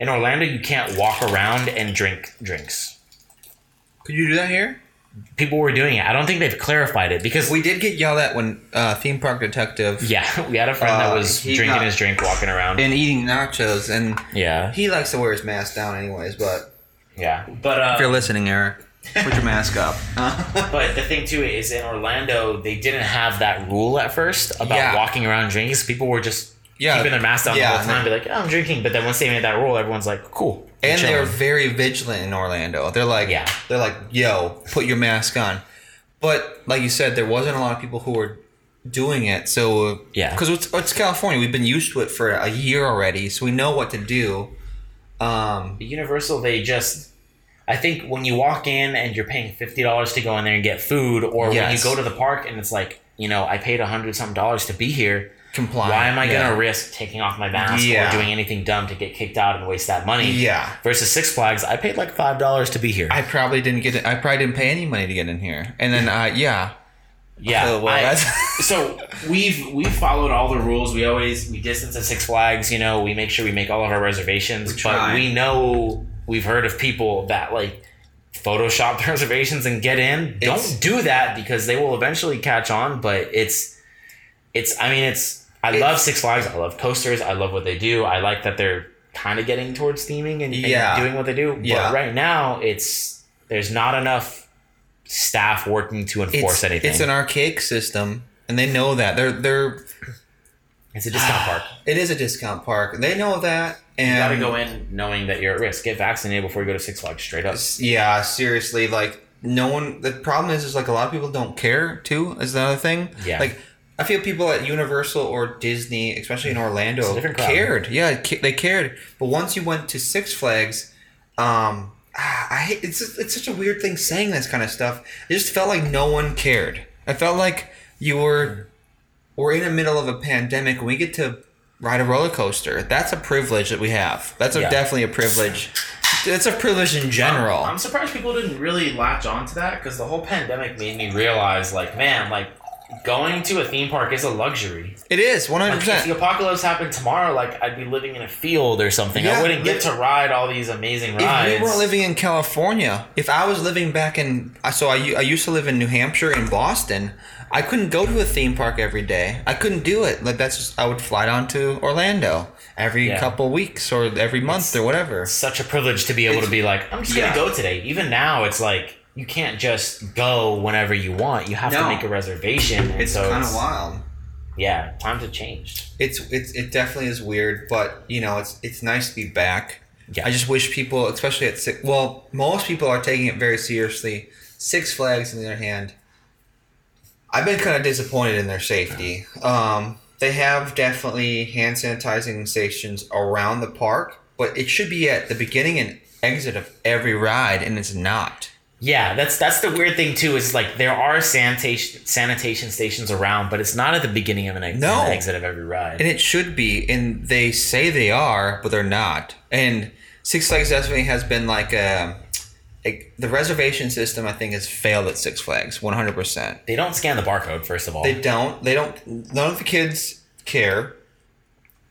S2: in Orlando you can't walk around and drink drinks.
S1: Could you do that here?
S2: People were doing it. I don't think they've clarified it because
S1: We did get yelled at when uh, theme park detective
S2: yeah, we had a friend that
S1: Uh,
S2: was
S1: he
S2: drinking
S1: got-
S2: his drink walking around.
S1: and eating nachos, and
S2: yeah.
S1: he likes to wear his mask down, anyways. But
S2: Yeah. But uh
S1: if you're listening, Eric, put your mask up.
S2: But the thing too is in Orlando they didn't have that rule at first about
S1: Yeah.
S2: walking around drinking. 'cause People were just
S1: Yeah.
S2: keeping their mask down
S1: Yeah,
S2: the whole time, be like, oh, I'm drinking. But then once they made that rule, everyone's like, cool. we're
S1: and they're
S2: chilling.
S1: very vigilant in Orlando. They're like,
S2: Yeah.
S1: they're like, yo, put your mask on. But like you said, there wasn't a lot of people who were doing it. So uh,
S2: Yeah.
S1: because it's, it's California, we've been used to it for a year already, so we know what to do. Um,
S2: But Universal, they just. I think when you walk in and you're paying fifty dollars to go in there and get food, or when
S1: Yes.
S2: you go to the park and it's like, you know, I paid a hundred something dollars to be here.
S1: comply.
S2: Why am I
S1: Uh, Yeah.
S2: gonna risk taking off my mask
S1: Yeah.
S2: or doing anything dumb to get kicked out and waste that money?
S1: Yeah.
S2: Versus Six Flags, I paid like five dollars to be here.
S1: I probably didn't get it. I probably didn't pay any money to get in here. And then, uh, yeah,
S2: yeah.
S1: Oh, well,
S2: I-
S1: that's-
S2: so we've we followed all the rules. We always we distance at Six Flags. You know, we make sure we make all of our reservations.
S1: try.
S2: but we know we've heard of people that like Photoshop their reservations and get in.
S1: It's-
S2: Don't do that because they will eventually catch on. But it's it's I mean it's I
S1: It's-
S2: love Six Flags. I love coasters. I love what they do. I like that they're kind of getting towards theming and, and
S1: Yeah.
S2: doing what they do.
S1: Yeah.
S2: But right now it's there's not enough staff working to enforce
S1: it's,
S2: anything.
S1: it's an archaic system, and they know that. They're they're
S2: It's a discount park.
S1: it is a discount park. They know that. And
S2: You gotta go in knowing that you're at risk. Get vaccinated before you go to Six Flags. Straight up.
S1: Yeah, seriously, like no one. The problem is, is like a lot of people don't care too. Is another thing.
S2: Yeah.
S1: Like I feel people at Universal or Disney, especially in
S2: It's a
S1: Orlando,
S2: different crowd.
S1: cared. Yeah, ca- they cared. But once you went to Six Flags, um, ah, I hate, it's it's such a weird thing saying this kind of stuff. It just felt like no one cared. I felt like you were we're in the middle of a pandemic. and We get to ride a roller coaster. That's a privilege that we have. That's a,
S2: Yeah.
S1: definitely a privilege. It's a privilege in general.
S2: I'm surprised people didn't really latch on to that because the whole pandemic made me realize, like, man, like going to a theme park is a luxury.
S1: It is one hundred
S2: Like, if the
S1: percent.
S2: apocalypse happened tomorrow, like I'd be living in a field or something.
S1: Yeah,
S2: I wouldn't get
S1: li-
S2: to ride all these amazing rides.
S1: If we weren't living in California, if I was living back in, I- so I, u- I used to live in New Hampshire in Boston. I couldn't go to a theme park every day. I couldn't do it. Like that's just I would fly down to Orlando every
S2: Yeah.
S1: couple weeks or every month or whatever.
S2: such a privilege to be able to be like, I'm just
S1: Yeah.
S2: gonna go today. Even now, it's like you can't just go whenever you want. You have
S1: No.
S2: to make a reservation. and so
S1: kinda
S2: it's-
S1: wild.
S2: Yeah, times have changed.
S1: It's it's it definitely is weird, but you know it's it's nice to be back.
S2: Yeah.
S1: I just wish people, especially at six. Well, most people are taking it very seriously. Six Flags, on the other hand, I've been kind of disappointed in their safety. Um, they have definitely hand sanitizing stations around the park, but it should be at the beginning and exit of every ride, and it's not.
S2: Yeah, that's that's the weird thing too. Is like there are sanitation sanitation stations around, but it's not at the beginning of an, ex-
S1: No.
S2: an exit of every ride.
S1: And it should be, and they say they are, but they're not. And Six Flags definitely has been like a, like the reservation system. I think has failed at Six Flags, one hundred percent.
S2: they don't scan the barcode first of all.
S1: They don't. They don't. None of the kids care.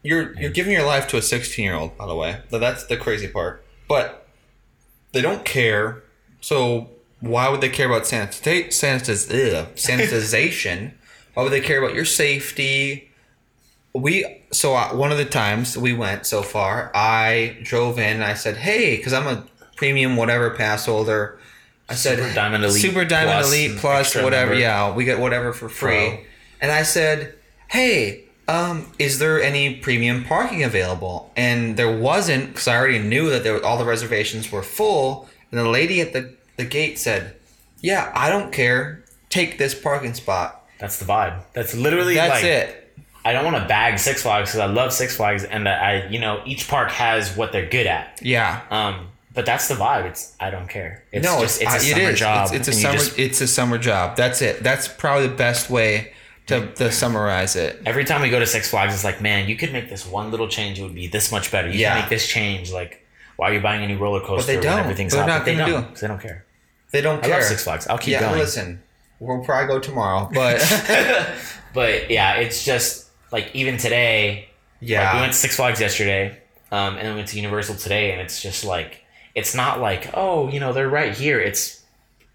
S1: You're you're giving your life to a 16 year old, by the way. So that's the crazy part. But they don't care. So why would they care about sanita- sanitiz- ugh, sanitization? why would they care about your safety? We so I, one of the times we went so far, I drove in. and I said, "Hey," because I'm a premium whatever pass holder. I said,
S2: Super Diamond Elite
S1: Super Diamond
S2: Plus,
S1: Elite Plus,
S2: extra
S1: whatever.
S2: member.
S1: Yeah, we get whatever for free."
S2: Pro.
S1: And I said, "Hey, um, is there any premium parking available?" And there wasn't because I already knew that there, all the reservations were full. And the lady at the the gate said, "Yeah, I don't care. Take this parking spot."
S2: that's the vibe. That's literally
S1: That's
S2: like,
S1: it.
S2: I don't want to bag Six Flags because I love Six Flags and that I, you know, each park has what they're good at.
S1: Yeah.
S2: Um, but that's the vibe. It's I don't care. It's
S1: no,
S2: just,
S1: it's,
S2: it's
S1: uh,
S2: a summer
S1: it is.
S2: job.
S1: It's, it's a
S2: and you
S1: summer.
S2: just-
S1: it's a summer job. That's it. That's probably the best way to, to summarize it.
S2: every time we go to Six Flags, it's like, man, you could make this one little change. It would be this much better. You
S1: Yeah.
S2: can make this change. Like, why are you buying a new roller coaster?
S1: they
S2: when
S1: don't.
S2: Everything's
S1: They're
S2: out,
S1: not
S2: but they
S1: gonna do
S2: don't.
S1: it.
S2: 'cause They don't care.
S1: They don't
S2: I
S1: care.
S2: love Six Flags. I'll keep
S1: yeah,
S2: going.
S1: listen, we'll probably go tomorrow, but
S2: But yeah, it's just like even today, Like, we
S1: yeah,
S2: went to Six Flags yesterday, um, and then we went to Universal today, and it's just like it's not like oh, you know, they're right here. It's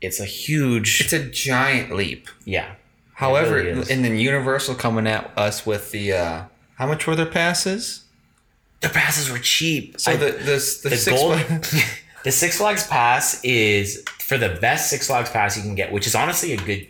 S2: it's a huge
S1: it's a giant leap.
S2: yeah.
S1: However,
S2: really is.
S1: and then Universal coming at us with the uh, how much were their passes?
S2: The passes were cheap.
S1: So
S2: I-
S1: the the, the,
S2: the
S1: six
S2: gold,
S1: flag-
S2: the Six Flags pass is for the best Six Flags pass you can get, which is honestly a good.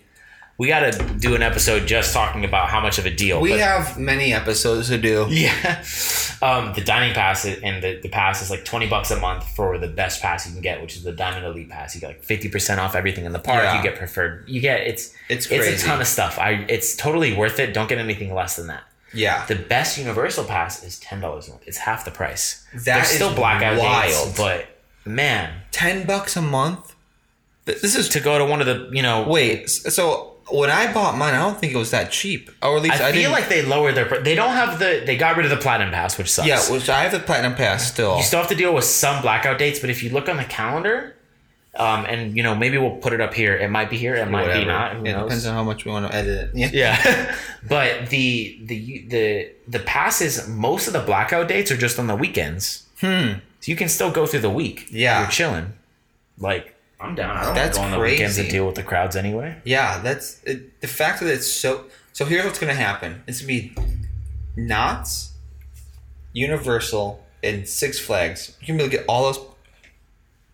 S2: We got to do an episode just talking about how much of a deal
S1: we
S2: but-
S1: have many episodes to do.
S2: Yeah. Um, the dining pass i- and the, the pass is like 20 bucks a month for the best pass you can get, which is the Diamond Elite pass. You get like 50% off everything in the park.
S1: Yeah.
S2: You get preferred. You get it's
S1: It's crazy.
S2: it's a ton of stuff. I it's totally worth it. Don't get anything less than that.
S1: yeah,
S2: The best Universal pass is $10 a month. It's half the price.
S1: That
S2: There's
S1: is
S2: still blackout
S1: wild.
S2: dates, but man,
S1: ten bucks a month. Th- This is
S2: to go to one of the, you know,
S1: wait. s- So when I bought mine, I don't think it was that cheap, or at least I,
S2: I, feel
S1: didn't.
S2: like they lowered their pr- they don't have the they got rid of the platinum pass, which sucks.
S1: yeah, which I have the platinum pass still.
S2: you still have to deal with some blackout dates but if you look on the calendar um, and you know maybe we'll put it up here it might be here it might be not who
S1: it
S2: knows?
S1: depends on how much we want to edit it. Yeah.
S2: yeah but the the the the passes most of the blackout dates are just on the weekends hmm so you can still go through the week
S1: Yeah.
S2: you're chilling like i'm down i don't
S1: That's
S2: That's go on the weekends
S1: crazy.
S2: and deal with the crowds anyway
S1: Yeah, that's it, the fact that it's so. So here's what's gonna happen. It's gonna be Knott's, Universal, and Six Flags. You're gonna be able to get all those.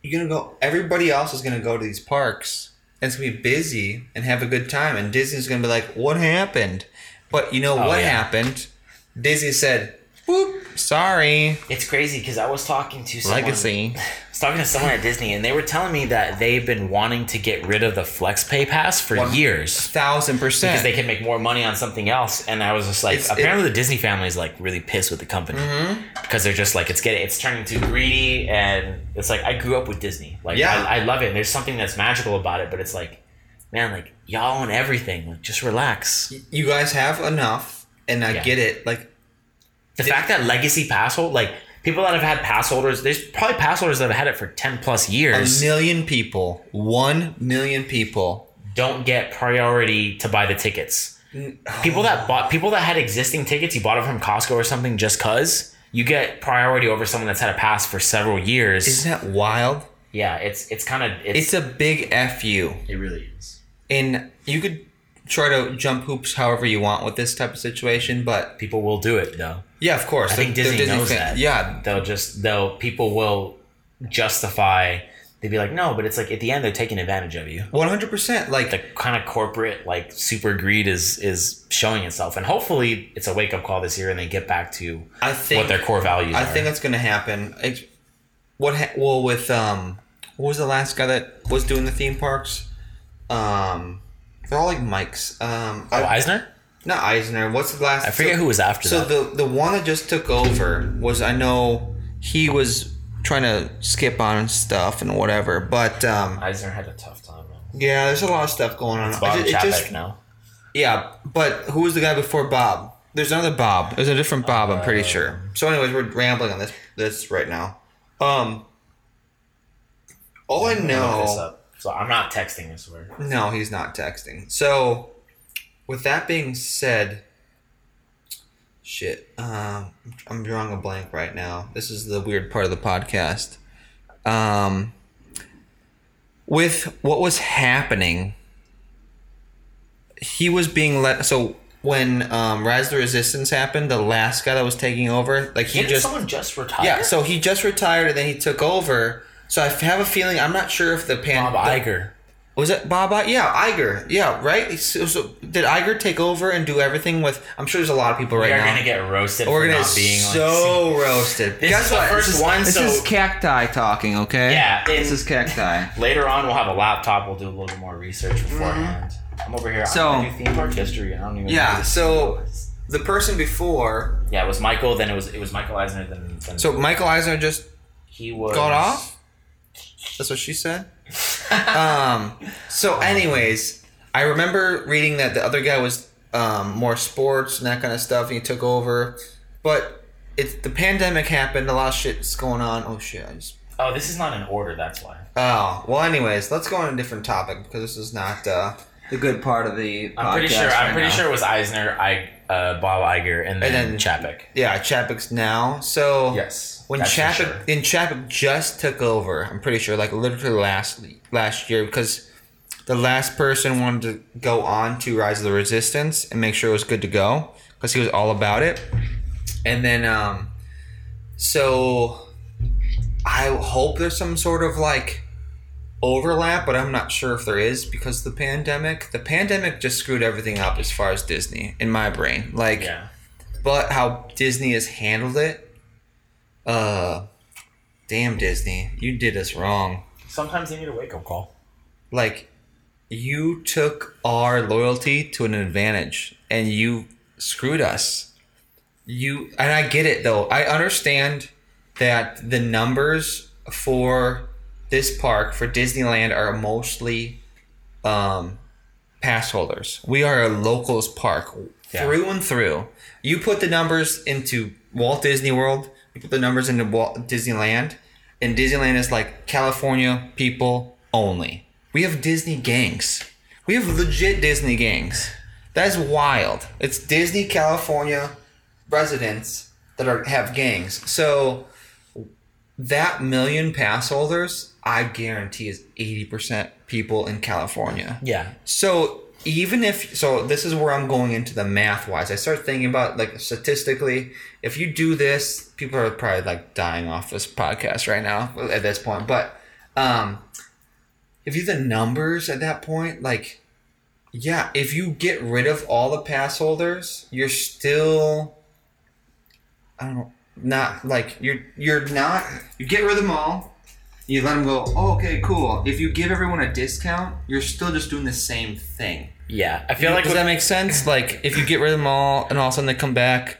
S1: You're gonna go. Everybody else is gonna go to these parks. And it's gonna be busy and have a good time. And Disney's gonna be like, "What happened?" But you know
S2: Oh,
S1: what
S2: yeah.
S1: happened? Disney said, "Whoop, sorry,
S2: it's crazy because i was talking to someone
S1: legacy."
S2: I was talking to someone at disney and they were telling me that they've been wanting to get rid of the flex pay pass for
S1: One-
S2: years
S1: Thousand percent.
S2: because they can make more money on something else. And I was just like,
S1: It's- Mm-hmm.
S2: apparently the Disney family is like really pissed with the company because they're just like it's getting it's turning too greedy, and it's like I grew up with Disney, like
S1: Yeah.
S2: I, I love it. And there's something that's magical about it, but it's like, man, like y'all own everything, like just relax.
S1: you guys have enough, and I
S2: Yeah.
S1: get it. Like
S2: The fact that legacy pass hold like people that have had pass holders, there's probably pass holders that have had it for ten plus
S1: a
S2: years
S1: million people, one million people.
S2: don't get priority to buy the tickets. People that bought people that had existing tickets, you bought it from Costco or something just cuz, you get priority over someone that's had a pass for several years.
S1: Isn't that wild?
S2: yeah, it's it's kind of it's,
S1: It's a big fu,
S2: it really is.
S1: and you could try to jump hoops however you want with this type of situation. But
S2: People will do it though.
S1: yeah, of course,
S2: I think
S1: they're- they're
S2: Disney, knows
S1: fan-
S2: that.
S1: Yeah,
S2: They'll just they'll people will justify they'd be like, "No, but it's like at the end they're taking advantage of you."
S1: one hundred percent. Like
S2: The kind of corporate like super greed is is showing itself and hopefully it's a wake-up call this year and they get back to
S1: I think
S2: what their core values
S1: I
S2: are.
S1: think that's gonna happen. It, what ha- well with um what was the last guy that was doing the theme parks? Um, they're all like mics. Um,
S2: oh,
S1: I-
S2: Eisner?
S1: not Eisner. What's the last?
S2: I forget who was after
S1: So
S2: that.
S1: the the one that just took over was I know he was trying to skip on stuff and whatever, but um,
S2: Eisner had a tough time. Man.
S1: yeah, there's a lot of stuff going on.
S2: Bob
S1: It- it
S2: Chapek
S1: just-
S2: now.
S1: yeah, but who was the guy before Bob? There's another Bob. There's a different Bob. I'm pretty sure. So, anyways, we're rambling on this this right now. Um, all I
S2: Look this
S1: know.
S2: up. So I'm not texting. I swear.
S1: No, he's not texting. So, with that being said, shit, um, I'm drawing a blank right now. This is the weird part of the podcast. Um, with what was happening, he was being let. So when um, Rise of the Resistance happened, the last guy that was taking over, like he
S2: Didn't
S1: just
S2: someone just retire?
S1: yeah. So he just retired and then he took over. So I have a feeling I'm not sure if the pan
S2: Bob Iger.
S1: was it Bob? I- yeah, Iger. Yeah, right. So, so did Iger take over and do everything with? I'm sure there's a lot of people right
S2: We are
S1: now.
S2: gonna get roasted
S1: We're
S2: for
S1: gonna
S2: not being on.
S1: so roasted.
S2: This is the first
S1: this is,
S2: one,
S1: This
S2: so-
S1: is cacti talking. Okay.
S2: Yeah,
S1: This
S2: and-
S1: is cacti.
S2: Later on, we'll have a laptop. We'll do a little bit more research beforehand. I'm over here.
S1: Mm-hmm. So-
S2: I'm gonna do theme park history. and I don't even. know
S1: Yeah.
S2: this
S1: So
S2: is.
S1: the person before.
S2: Yeah, it was Michael. Then it was it was Michael Eisner. Then, then
S1: So Michael Eisner just
S2: he was
S1: got off. That's what she said. um. So, anyways, I remember reading that the other guy was um, more sports and that kind of stuff, and he took over. But it's the pandemic happened. A lot of shit's going on. Oh shit! I just.
S2: Oh, this is not in order. That's why.
S1: Oh well. Anyways, let's go on a different topic because this is not uh, the good part of the.
S2: I'm pretty
S1: podcast
S2: sure.
S1: right
S2: I'm pretty
S1: now.
S2: sure it was Eisner, I, uh, Bob Iger, and then,
S1: then-
S2: Chapek.
S1: Yeah, Chapek's now. So
S2: Yes,
S1: when
S2: that's for
S1: Chapek
S2: sure.
S1: then Chapek just took over. I'm pretty sure, like literally last last year, because the last person wanted to go on to Rise of the Resistance and make sure it was good to go because he was all about it. And then, um, so I hope there's some sort of like overlap, but I'm not sure if there is because the pandemic. The pandemic just screwed everything up as far as Disney in my brain. Like
S2: Yeah.
S1: but how Disney has handled it. Uh, damn Disney, you did us wrong.
S2: Sometimes they need a wake up call.
S1: Like, you took our loyalty to an advantage, and you screwed us. You and I get it though. I understand that the numbers for this park for Disneyland are mostly um, pass holders. We are a locals park
S2: Yeah.
S1: through and through. You put the numbers into Walt Disney World, you put the numbers into Walt Disneyland, and Disneyland is like California people only. We have Disney gangs. We have legit Disney gangs. That's wild. It's Disney California residents that are have gangs. So that million pass holders, I guarantee, is eighty percent people in California.
S2: Yeah.
S1: So even if so, this is where I'm going into the math wise. I start thinking about like statistically, if you do this, people are probably like dying off this podcast right now at this point. But um, if you do the numbers at that point, like yeah, if you get rid of all the pass holders, you're still I don't know, not like you're you're not you get rid of them all you let them go, oh, okay, cool. If you give everyone a discount, you're still just doing the same thing.
S2: Yeah. I feel like
S1: Does
S2: what-
S1: that make sense? Like, if you get rid of them all and all of a sudden they come back,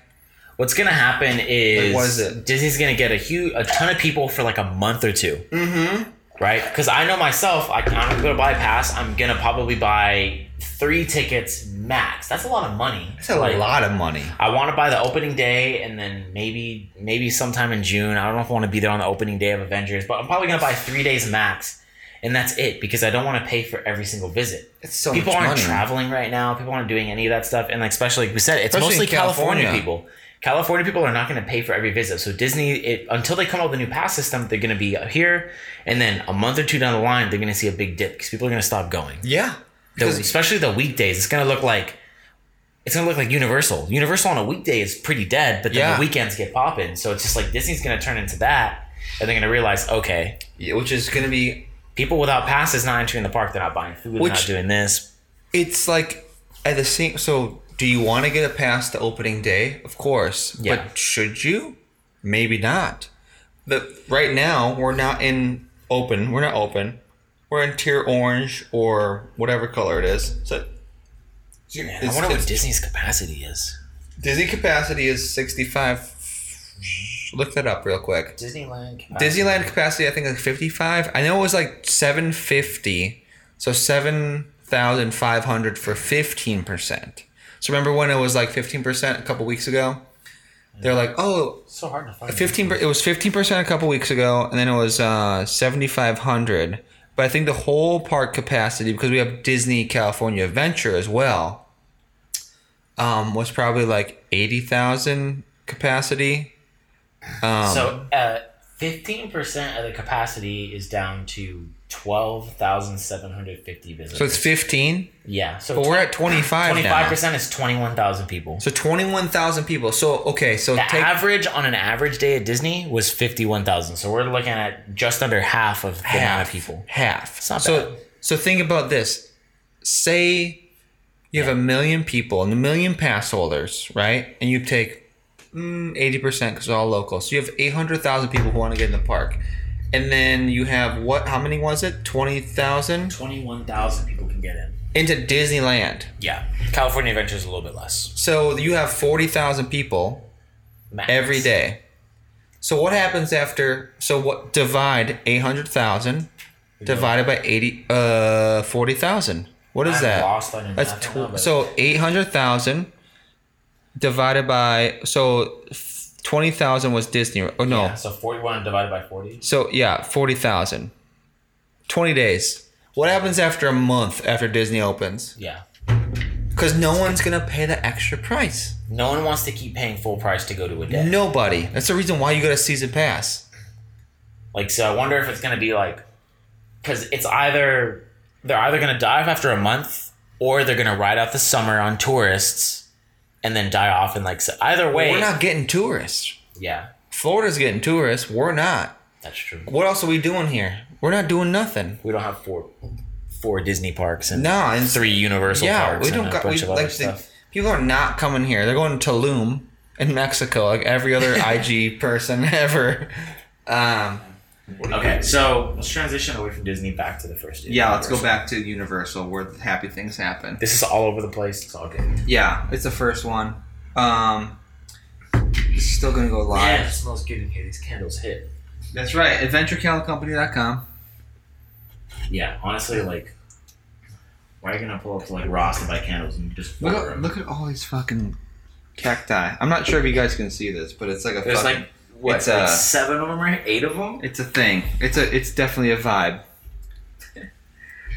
S2: what's gonna happen is
S1: what is it?
S2: Disney's gonna get a huge, a ton of people for like a month or 2 Mm-hmm. Right? Because I know myself, I, I'm gonna buy a pass. I'm gonna probably buy three tickets max. That's a lot of money.
S1: that's a
S2: Like,
S1: lot of money.
S2: I want to buy the opening day, and then maybe maybe sometime in June. I don't know if I want to be there on the opening day of Avengers, but I'm probably gonna buy three days max, and that's it because I don't want to pay for every single visit.
S1: It's so
S2: people
S1: much
S2: aren't
S1: money.
S2: traveling right now. People aren't doing any of that stuff, and like especially like we said, it's
S1: Especially
S2: mostly
S1: in
S2: California.
S1: California.
S2: people. California people are not going to pay for every visit. So Disney, it, until they come up with a new pass system, they're going to be here, and then a month or two down the line, they're going to see a big dip because people are going to stop going.
S1: Yeah.
S2: The-
S1: Because
S2: especially the weekdays, it's going to look like it's going to look like Universal. Universal on a weekday is pretty dead, but then
S1: Yeah.
S2: the weekends get popping. So it's just like Disney's going to turn into that, and they're going to realize, okay,
S1: yeah, which is going to be,
S2: people without passes not entering the park. They're not buying food.
S1: Which-
S2: they're not doing this.
S1: it's like at the same. So, do you want to get a pass to opening day? Of course.
S2: Yeah.
S1: But should you? Maybe not. The right now we're not in open. We're not open. We're in tier orange or whatever color it is. So,
S2: Man, I
S1: it's-
S2: wonder what
S1: it's-
S2: Disney's capacity is.
S1: Disney capacity is 65. Look that up real quick.
S2: Disneyland.
S1: Disneyland capacity, I think, like 55. I know it was like 750. So 7,500 for 15%. So remember when it was like 15% a couple weeks ago? They're like, oh,
S2: so hard to find.
S1: 15 per- it was 15% a couple weeks ago and then it was uh 7500 but i think the whole park capacity because we have disney california adventure as well um was probably like 80000 capacity
S2: so uh, fifteen percent of the capacity is down to twelve thousand seven hundred fifty visitors.
S1: so it's 15
S2: yeah. So
S1: but we're at 25
S2: twenty-five
S1: 25%
S2: percent is twenty-one thousand people.
S1: so 21000 people so okay so
S2: the
S1: take
S2: average on an average day at Disney was fifty-one thousand. So we're looking at just under half of the amount of people.
S1: Half.
S2: not
S1: so
S2: bad.
S1: so think about this. Say you have a million people and a million pass holders, right? And you mm, take eighty percent because they're all local. So you have eight hundred thousand people who want to get in the park, and then you have what? How many was it? Twenty thousand
S2: Twenty-one thousand people can get in.
S1: into Disneyland.
S2: Yeah, California Adventure is a little bit less.
S1: So you have forty thousand people
S2: Max.
S1: every day. So what happens after? So what? Divide eight hundred thousand divided by eighty uh forty thousand. What is
S2: I'm
S1: that?
S2: Lost on
S1: That's tw- so eight hundred thousand divided by so twenty thousand was Disney. Oh no,
S2: so forty-one divided by forty.
S1: so yeah, forty thousand. Twenty days. What happens after a month after Disney opens?
S2: Yeah.
S1: Because no one's gonna pay the extra price.
S2: No one wants to keep paying full price to go to a day.
S1: Nobody. That's the reason why you got a season pass.
S2: Like, so I wonder if it's gonna be like, because it's either they're either gonna dive after a month, or they're gonna ride out the summer on tourists, and then die off. And like, so either way,
S1: We're not getting tourists.
S2: yeah,
S1: Florida's getting tourists. We're not.
S2: that's true.
S1: What else are we doing here? We're not doing nothing.
S2: We don't have four four Disney parks and
S1: No, and
S2: three Universal
S1: yeah,
S2: parks
S1: we don't
S2: and a
S1: got we,
S2: bunch of other
S1: like the,
S2: stuff.
S1: people are not coming here. They're going to Tulum in Mexico, like every other IG person ever. Um,
S2: Okay, so let's transition away from Disney back to the first. Disney
S1: yeah, let's go
S2: universe.
S1: back to Universal where happy things happen.
S2: This is all over the place. It's all good.
S1: Yeah, it's the first one. Um, it's still gonna go live.
S2: it smells good in here. These candles hit.
S1: That's right, AdventureCandleCompany.com.
S2: Yeah, honestly, like, why are you gonna pull up to like Ross to buy candles and just
S1: Look,
S2: order
S1: at-
S2: 'em?
S1: look at all these fucking cacti. I'm not sure if you guys can see this, but it's like a
S2: There's
S1: fucking,
S2: like uh, what
S1: it's
S2: like
S1: a-
S2: seven of them right? Eight of them.
S1: it's a thing. It's a it's definitely a vibe.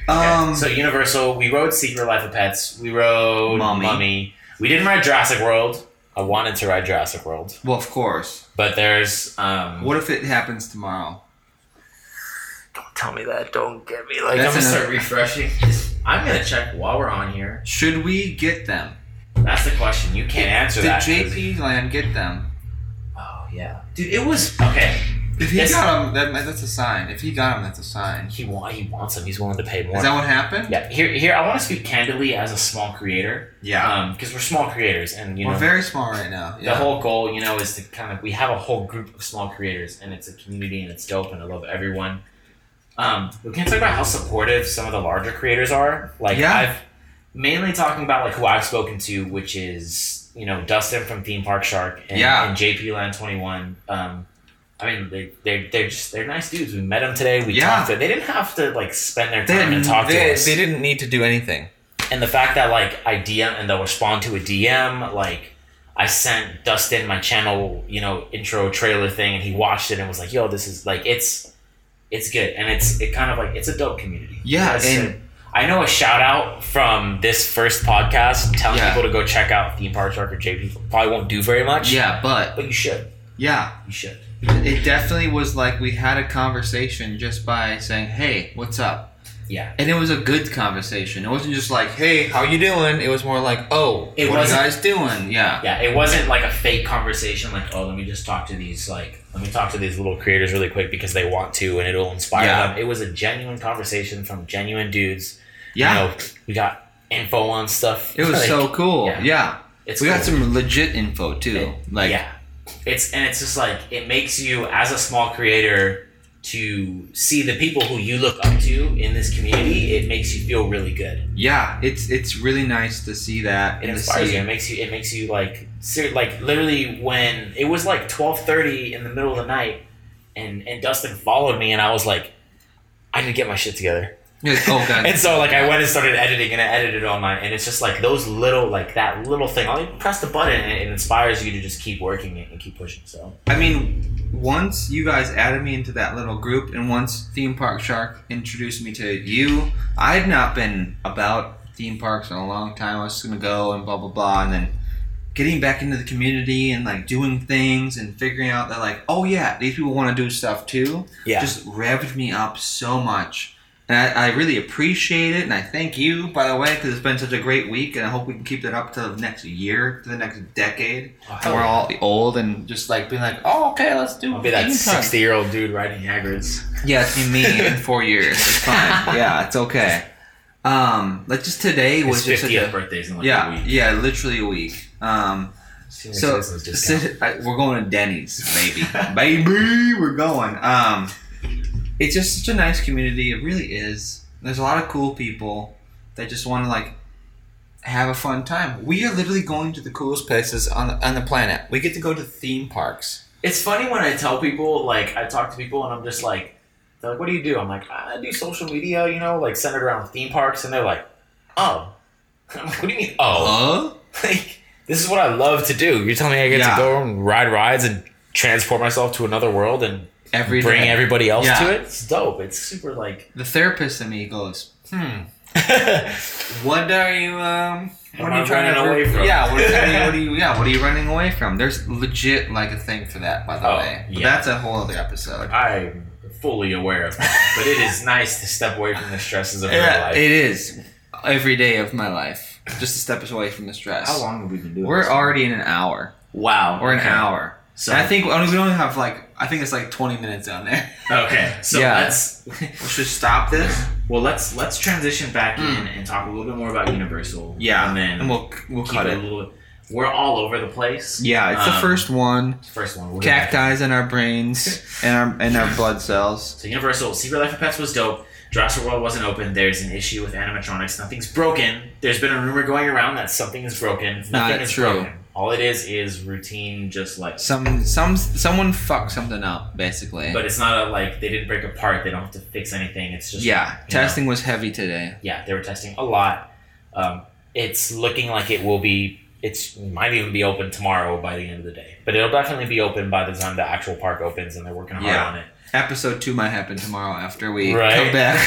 S1: Um,
S2: so Universal, we rode Secret Life of Pets. We rode
S1: Mummy.
S2: Mummy. We didn't ride Jurassic World. I wanted to ride Jurassic World,
S1: well, of course.
S2: but there's um.
S1: What if it happens tomorrow?
S2: Tell me that. Don't get me like.
S1: That's
S2: I'm gonna
S1: another-
S2: start refreshing. I'm gonna check while we're on here.
S1: Should we get them?
S2: That's the question. You can't answer
S1: Did
S2: that. 'cause-
S1: JP Land get them?
S2: Oh yeah, dude. It was okay.
S1: If he
S2: Yes.
S1: got them, that, that's a sign. If he got them, that's a sign.
S2: He wa- he wants him. He's willing to pay more.
S1: Is that what happened?
S2: yeah. Here here I want to speak candidly as a small creator.
S1: Yeah.
S2: Um, because we're small creators, and you
S1: We're
S2: know
S1: very small right now.
S2: the
S1: Yeah.
S2: whole goal, you know, is to kind of we have a whole group of small creators, and it's a community, and it's dope, and I love everyone. Um, we can talk about how supportive some of the larger creators are. Like
S1: Yeah.
S2: I've mainly talking about like who I've spoken to, which is you know Dustin from Theme Park Shark and,
S1: Yeah.
S2: and JP Land Twenty One. Um, I mean they they they're just they're nice dudes. We met them today. We
S1: Yeah.
S2: talked to. They didn't have to like spend their
S1: they,
S2: time
S1: didn't,
S2: and talk
S1: they,
S2: to us
S1: they didn't need to do anything.
S2: and the fact that like I DM and they'll respond to a DM, like I sent Dustin my channel, you know, intro trailer thing, and he watched it and was like, "Yo, this is like it's, it's good," and it's it kind of like it's a dope community.
S1: Yeah,
S2: That's
S1: and-
S2: it. I know a shout out from this first podcast telling
S1: Yeah.
S2: people to go check out Theme Park Shark or JP probably won't do very much.
S1: Yeah, but
S2: but you should,
S1: yeah,
S2: you should.
S1: it definitely was like we had a conversation just by saying, "Hey, what's up?"
S2: Yeah,
S1: And it was a good conversation. It wasn't just like, "Hey, how you doing?" It was more like, "Oh, what are
S2: It
S1: you
S2: wasn't-
S1: guys doing?" Yeah.
S2: yeah. It wasn't like a fake conversation. Like, oh, let me just talk to these like let me talk to these little creators really quick because they want to and it'll inspire
S1: Yeah.
S2: them. It was a genuine conversation from genuine dudes.
S1: Yeah.
S2: You know, we got info on stuff.
S1: It was
S2: Like,
S1: so cool. Yeah.
S2: yeah. It's
S1: we got
S2: cool.
S1: some legit info too. Like
S2: yeah. It's and it's just like it makes you as a small creator to see the people who you look up to in this community. It makes you feel really good.
S1: yeah, it's it's really nice to see that
S2: it
S1: and to
S2: inspires you. It
S1: see
S2: makes you. It makes you like ser- like literally when it was like twelve thirty in the middle of the night, and and Dustin followed me, and I was like, I need to get my shit together.
S1: Yes, oh god.
S2: And so like I went and started editing, and I edited all my, and it's just like those little like that little thing. I'll even press the button, and it inspires you to just keep working it and keep pushing. So
S1: I mean, once you guys added me into that little group and once Theme Park Shark introduced me to you, I'd not been about theme parks in a long time. I was just gonna go and blah blah blah and then getting back into the community and like doing things and figuring out that like, oh yeah, these people wanna do stuff too.
S2: yeah,
S1: just revved me up so much. And I, I really appreciate it, and I thank you, by the way, because it's been such a great week, and I hope we can keep that up to the next year, to the next decade.
S2: Oh,
S1: And we're all old and just like being like, oh, okay, let's do
S2: I'll be that
S1: theme park."
S2: sixty year old dude riding Hagrid's.
S1: Yeah, it's me in four years. It's fine. yeah, it's okay. Um, like just today was
S2: His
S1: just such
S2: fiftieth
S1: a,
S2: birthday's in like a
S1: yeah,
S2: week.
S1: yeah, literally a week. Um,
S2: Senior
S1: so,
S2: citizens discount.
S1: I, we're going to Denny's, baby, baby. We're going. Um, it's just such a nice community. It really is. There's a lot of cool people that just want to like have a fun time. We are literally going to the coolest places on on the planet. We get to go to theme parks.
S2: It's funny when I tell people, like, I talk to people and I'm just like, they're like, what do you do? I'm like, I do social media, you know, like centered around theme parks. And they're like, oh. I'm like, what do you mean, oh?
S1: Huh?
S2: Like, this is what I love to do. You're telling me I get
S1: Uh-huh. Yeah.
S2: to go and ride rides and transport myself to another world and
S1: Every
S2: bring
S1: day.
S2: everybody else
S1: Yeah.
S2: to it? It's dope. It's super, like,
S1: the therapist in me goes, hmm.
S2: yeah,
S1: What are you um? What
S2: What
S1: are
S2: am
S1: you
S2: I
S1: trying to
S2: running away
S1: re-
S2: from?
S1: Yeah, what, what, are you, what are you? Yeah, what are you running away from? There's legit like a thing for that, by the
S2: Oh,
S1: way. But
S2: yeah.
S1: that's a whole other episode.
S2: I'm fully aware of that. but it is nice to step away from the stresses of real
S1: Yeah,
S2: life.
S1: it is every day of my life. Just to step away from the stress.
S2: How long have we been doing
S1: We're
S2: this?
S1: already in an hour
S2: Wow.
S1: or an
S2: okay.
S1: hour.
S2: So,
S1: and I think we only we only have like I think it's like 20 minutes on there.
S2: okay. So
S1: Yeah.
S2: let's
S1: We should stop this.
S2: Well, let's let's transition back
S1: Mm.
S2: in and talk a little bit more about Universal.
S1: Yeah,
S2: and then
S1: we'll we'll
S2: keep
S1: cut
S2: it a
S1: it.
S2: little. We're all over the place.
S1: Yeah, it's the
S2: Um,
S1: first one.
S2: First one, we'll get back to-
S1: Cacti in our brains and our and our blood cells.
S2: So Universal Secret Life of Pets was dope. Jurassic World wasn't open. There's an issue with animatronics. Nothing's broken. There's been a rumor going around that something is broken. Nothing
S1: Not
S2: is
S1: true.
S2: broken. All it is is routine, just like.
S1: Some some someone fucked something up basically.
S2: But it's not a like they didn't break apart. They don't have to fix anything. It's just
S1: yeah,
S2: you know.
S1: testing was heavy today.
S2: yeah, they were testing a lot. Um, it's looking like it will be. It's might even be open tomorrow by the end of the day, but it'll definitely be open by the time the actual park opens, and they're working hard
S1: Yeah.
S2: on it.
S1: Episode two might happen tomorrow after we
S2: Right.
S1: come back.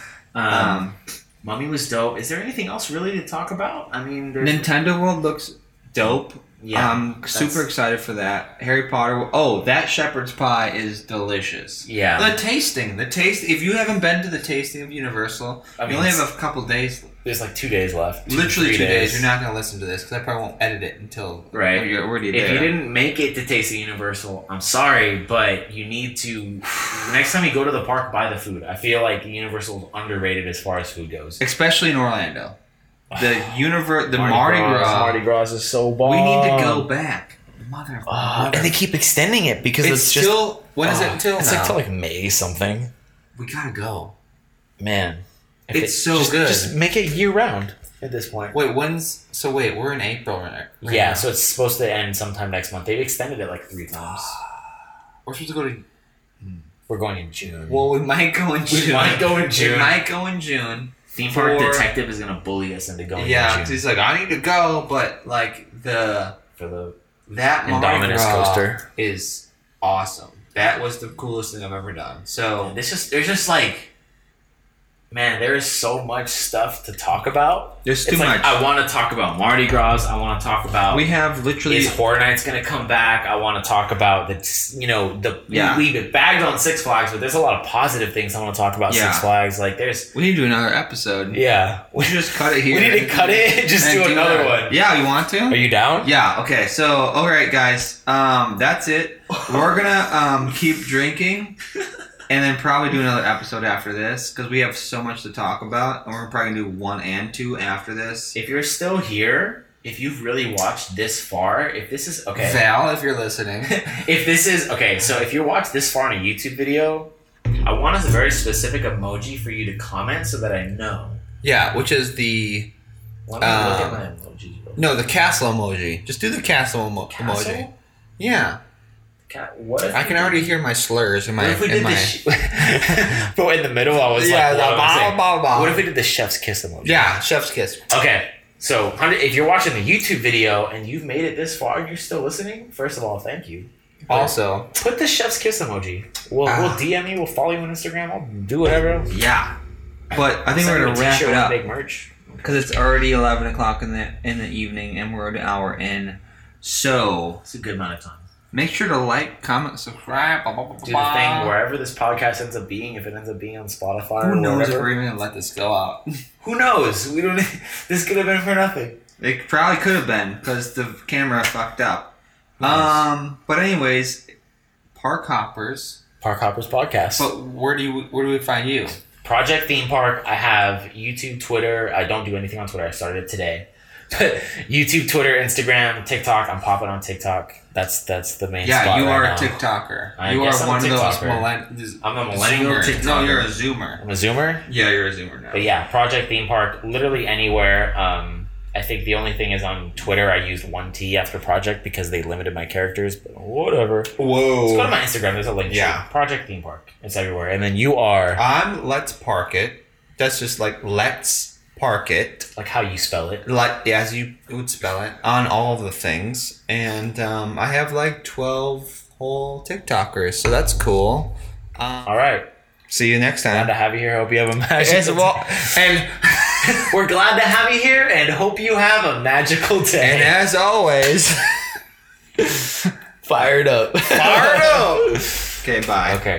S2: Um,
S1: um,
S2: Mummy was dope. Is there anything else really to talk about? I mean, there's
S1: Nintendo World looks dope.
S2: yeah,
S1: I'm
S2: that's-
S1: um, super excited for that. Harry Potter. Oh, that shepherd's pie is delicious.
S2: yeah.
S1: The tasting, the taste. If you haven't been to the tasting of Universal,
S2: I mean,
S1: you only have a couple days,
S2: there's like two days left.
S1: literally
S2: three
S1: two days. You're not gonna listen to this because I probably won't edit it until
S2: Right.
S1: You're already
S2: If
S1: there.
S2: you didn't make it to Taste of Universal, I'm sorry, but you need to. next time you go to the park, buy the food. I feel like Universal's underrated as far as food goes.
S1: especially in Orlando, the universe, the Mardi,
S2: Mardi,
S1: Gras.
S2: Mardi Gras is so bomb.
S1: we need to go back, mother. of
S2: Uh,
S1: God.
S8: and they keep extending it because
S1: it's Oh,
S8: it's, just.
S1: still. When is it
S8: Ah,
S1: until
S8: It's
S1: now?
S8: like till like May something.
S1: we gotta go.
S8: Man, if
S1: It's so
S8: just-
S1: good.
S8: Just make it year round at this point.
S1: Wait, when's so? Wait, we're in April right? right
S2: yeah,
S1: now.
S2: so it's supposed to end sometime next month. They've extended it like three times.
S1: we're supposed to go to.
S2: We're going in June.
S1: Well, we might go in June.
S2: we might go in
S1: We
S2: June.
S1: might go in June.
S2: Theme park
S1: for-
S2: detective is gonna bully us into going
S1: yeah,
S2: in June
S1: he's like, I need to go, but like the
S2: for the
S1: that Mardi
S8: Indominus
S1: Gras
S8: coaster.
S1: is awesome. That was the coolest thing I've ever done. So
S2: It's just there's just like man, there is so much stuff to talk about.
S1: there's
S2: it's like I want to talk about Mardi Gras. I want to talk about
S1: we have literally
S2: is Horror Night's gonna come back? I want to talk about the you know the
S1: Yeah.
S2: we, we've bagged on Six Flags, but there's a lot of positive things I want to talk about
S1: Yeah.
S2: Six Flags. Like there's
S1: we need to do another episode.
S2: yeah,
S1: We should just cut it
S2: we
S1: here.
S2: need to cut it and just
S1: and
S2: do another
S1: that.
S2: one.
S1: Yeah, you want to?
S2: Are you down?
S1: Yeah. Okay. So, all right, guys. Um, that's it. We're gonna um keep drinking, and then probably do another episode after this because we have so much to talk about, and we're probably gonna do one and two after this.
S2: If you're still here, if you've really watched this far, if this is okay,
S1: Val, if you're listening,
S2: if this is okay, so if you watch this far in a YouTube video, I want a very specific emoji for you to comment so that I know.
S1: yeah, which is the
S2: Let me look
S1: Um,
S2: at my emojis. real
S1: no the castle emoji. Just do the castle emo-
S2: quick. Castle?
S1: Yeah,
S2: Ca- What? if we-
S1: hear my slurs in
S2: What if we did the? Sh- but in the middle, I was
S1: yeah,
S2: like,
S1: the
S2: what, am I
S1: blah,
S2: saying?
S1: blah, blah.
S2: what if we did the chef's kiss emoji?
S1: yeah, chef's kiss.
S2: Okay. So, hundred- if you're watching the YouTube video and you've made it this far, and you're still listening. First of all, thank you.
S1: Also,
S2: Put the chef's kiss emoji. We'll,
S1: Ah.
S2: we'll DM you. We'll follow you on Instagram. I'll do whatever. else.
S1: yeah. But I think
S2: Send
S1: we're
S2: you a
S1: gonna wrap
S2: t-shirt
S1: it
S2: with
S1: up.
S2: Big merch.
S1: because it's already 11 o'clock in the in the evening and we're an hour in so
S2: It's a good amount of time.
S1: make sure to like comment subscribe blah, blah, blah,
S2: do the
S1: blah.
S2: thing wherever this podcast ends up being, if it ends up being on Spotify
S1: who
S2: or
S1: knows if
S2: whatever.
S1: we're even gonna let this go out
S2: Who knows? We don't. this could have been for nothing.
S1: it probably could have been because the camera fucked up um but anyways park hoppers
S8: Park Hoppers podcast.
S1: but where do you where do we find you
S2: Project Theme Park. I have YouTube, Twitter. I don't do anything on Twitter. I started it today. YouTube, Twitter, Instagram, TikTok. I'm popping on TikTok. That's that's the main.
S1: Yeah,
S2: spot
S1: you
S2: right
S1: are
S2: now.
S1: a TikToker.
S2: I
S1: you are
S2: guess I'm a
S1: one of those
S2: TikToker.
S1: millenn-
S9: I'm a
S1: Zoomer.
S9: millennial
S1: No, you're a
S9: TikToker.
S1: zoomer.
S2: I'm a Zoomer.
S9: Yeah, you're a zoomer now.
S2: But yeah, Project Theme Park, literally anywhere. Um, I think the only thing is on Twitter, I used 1T after Project because they limited my characters, but whatever. Let's go to
S1: Whoa.
S2: my Instagram, there's a link.
S1: Yeah.
S2: To Project Theme Park. It's everywhere. And then you are,
S1: I'm let's park it. That's just like let's park it.
S2: like, how you spell it.
S1: Like as you would spell it on all of the things, and um, I have like twelve whole TikTokers, so that's cool. Um,
S2: All right.
S1: see you next
S2: Glad
S1: time.
S2: to have you here. Hope you have a magical
S1: Yes, well, and
S2: We're glad to have you here and hope you have a magical
S1: and
S2: day.
S1: as always,
S10: Fired up.
S1: Arno. Okay, bye.
S2: Okay.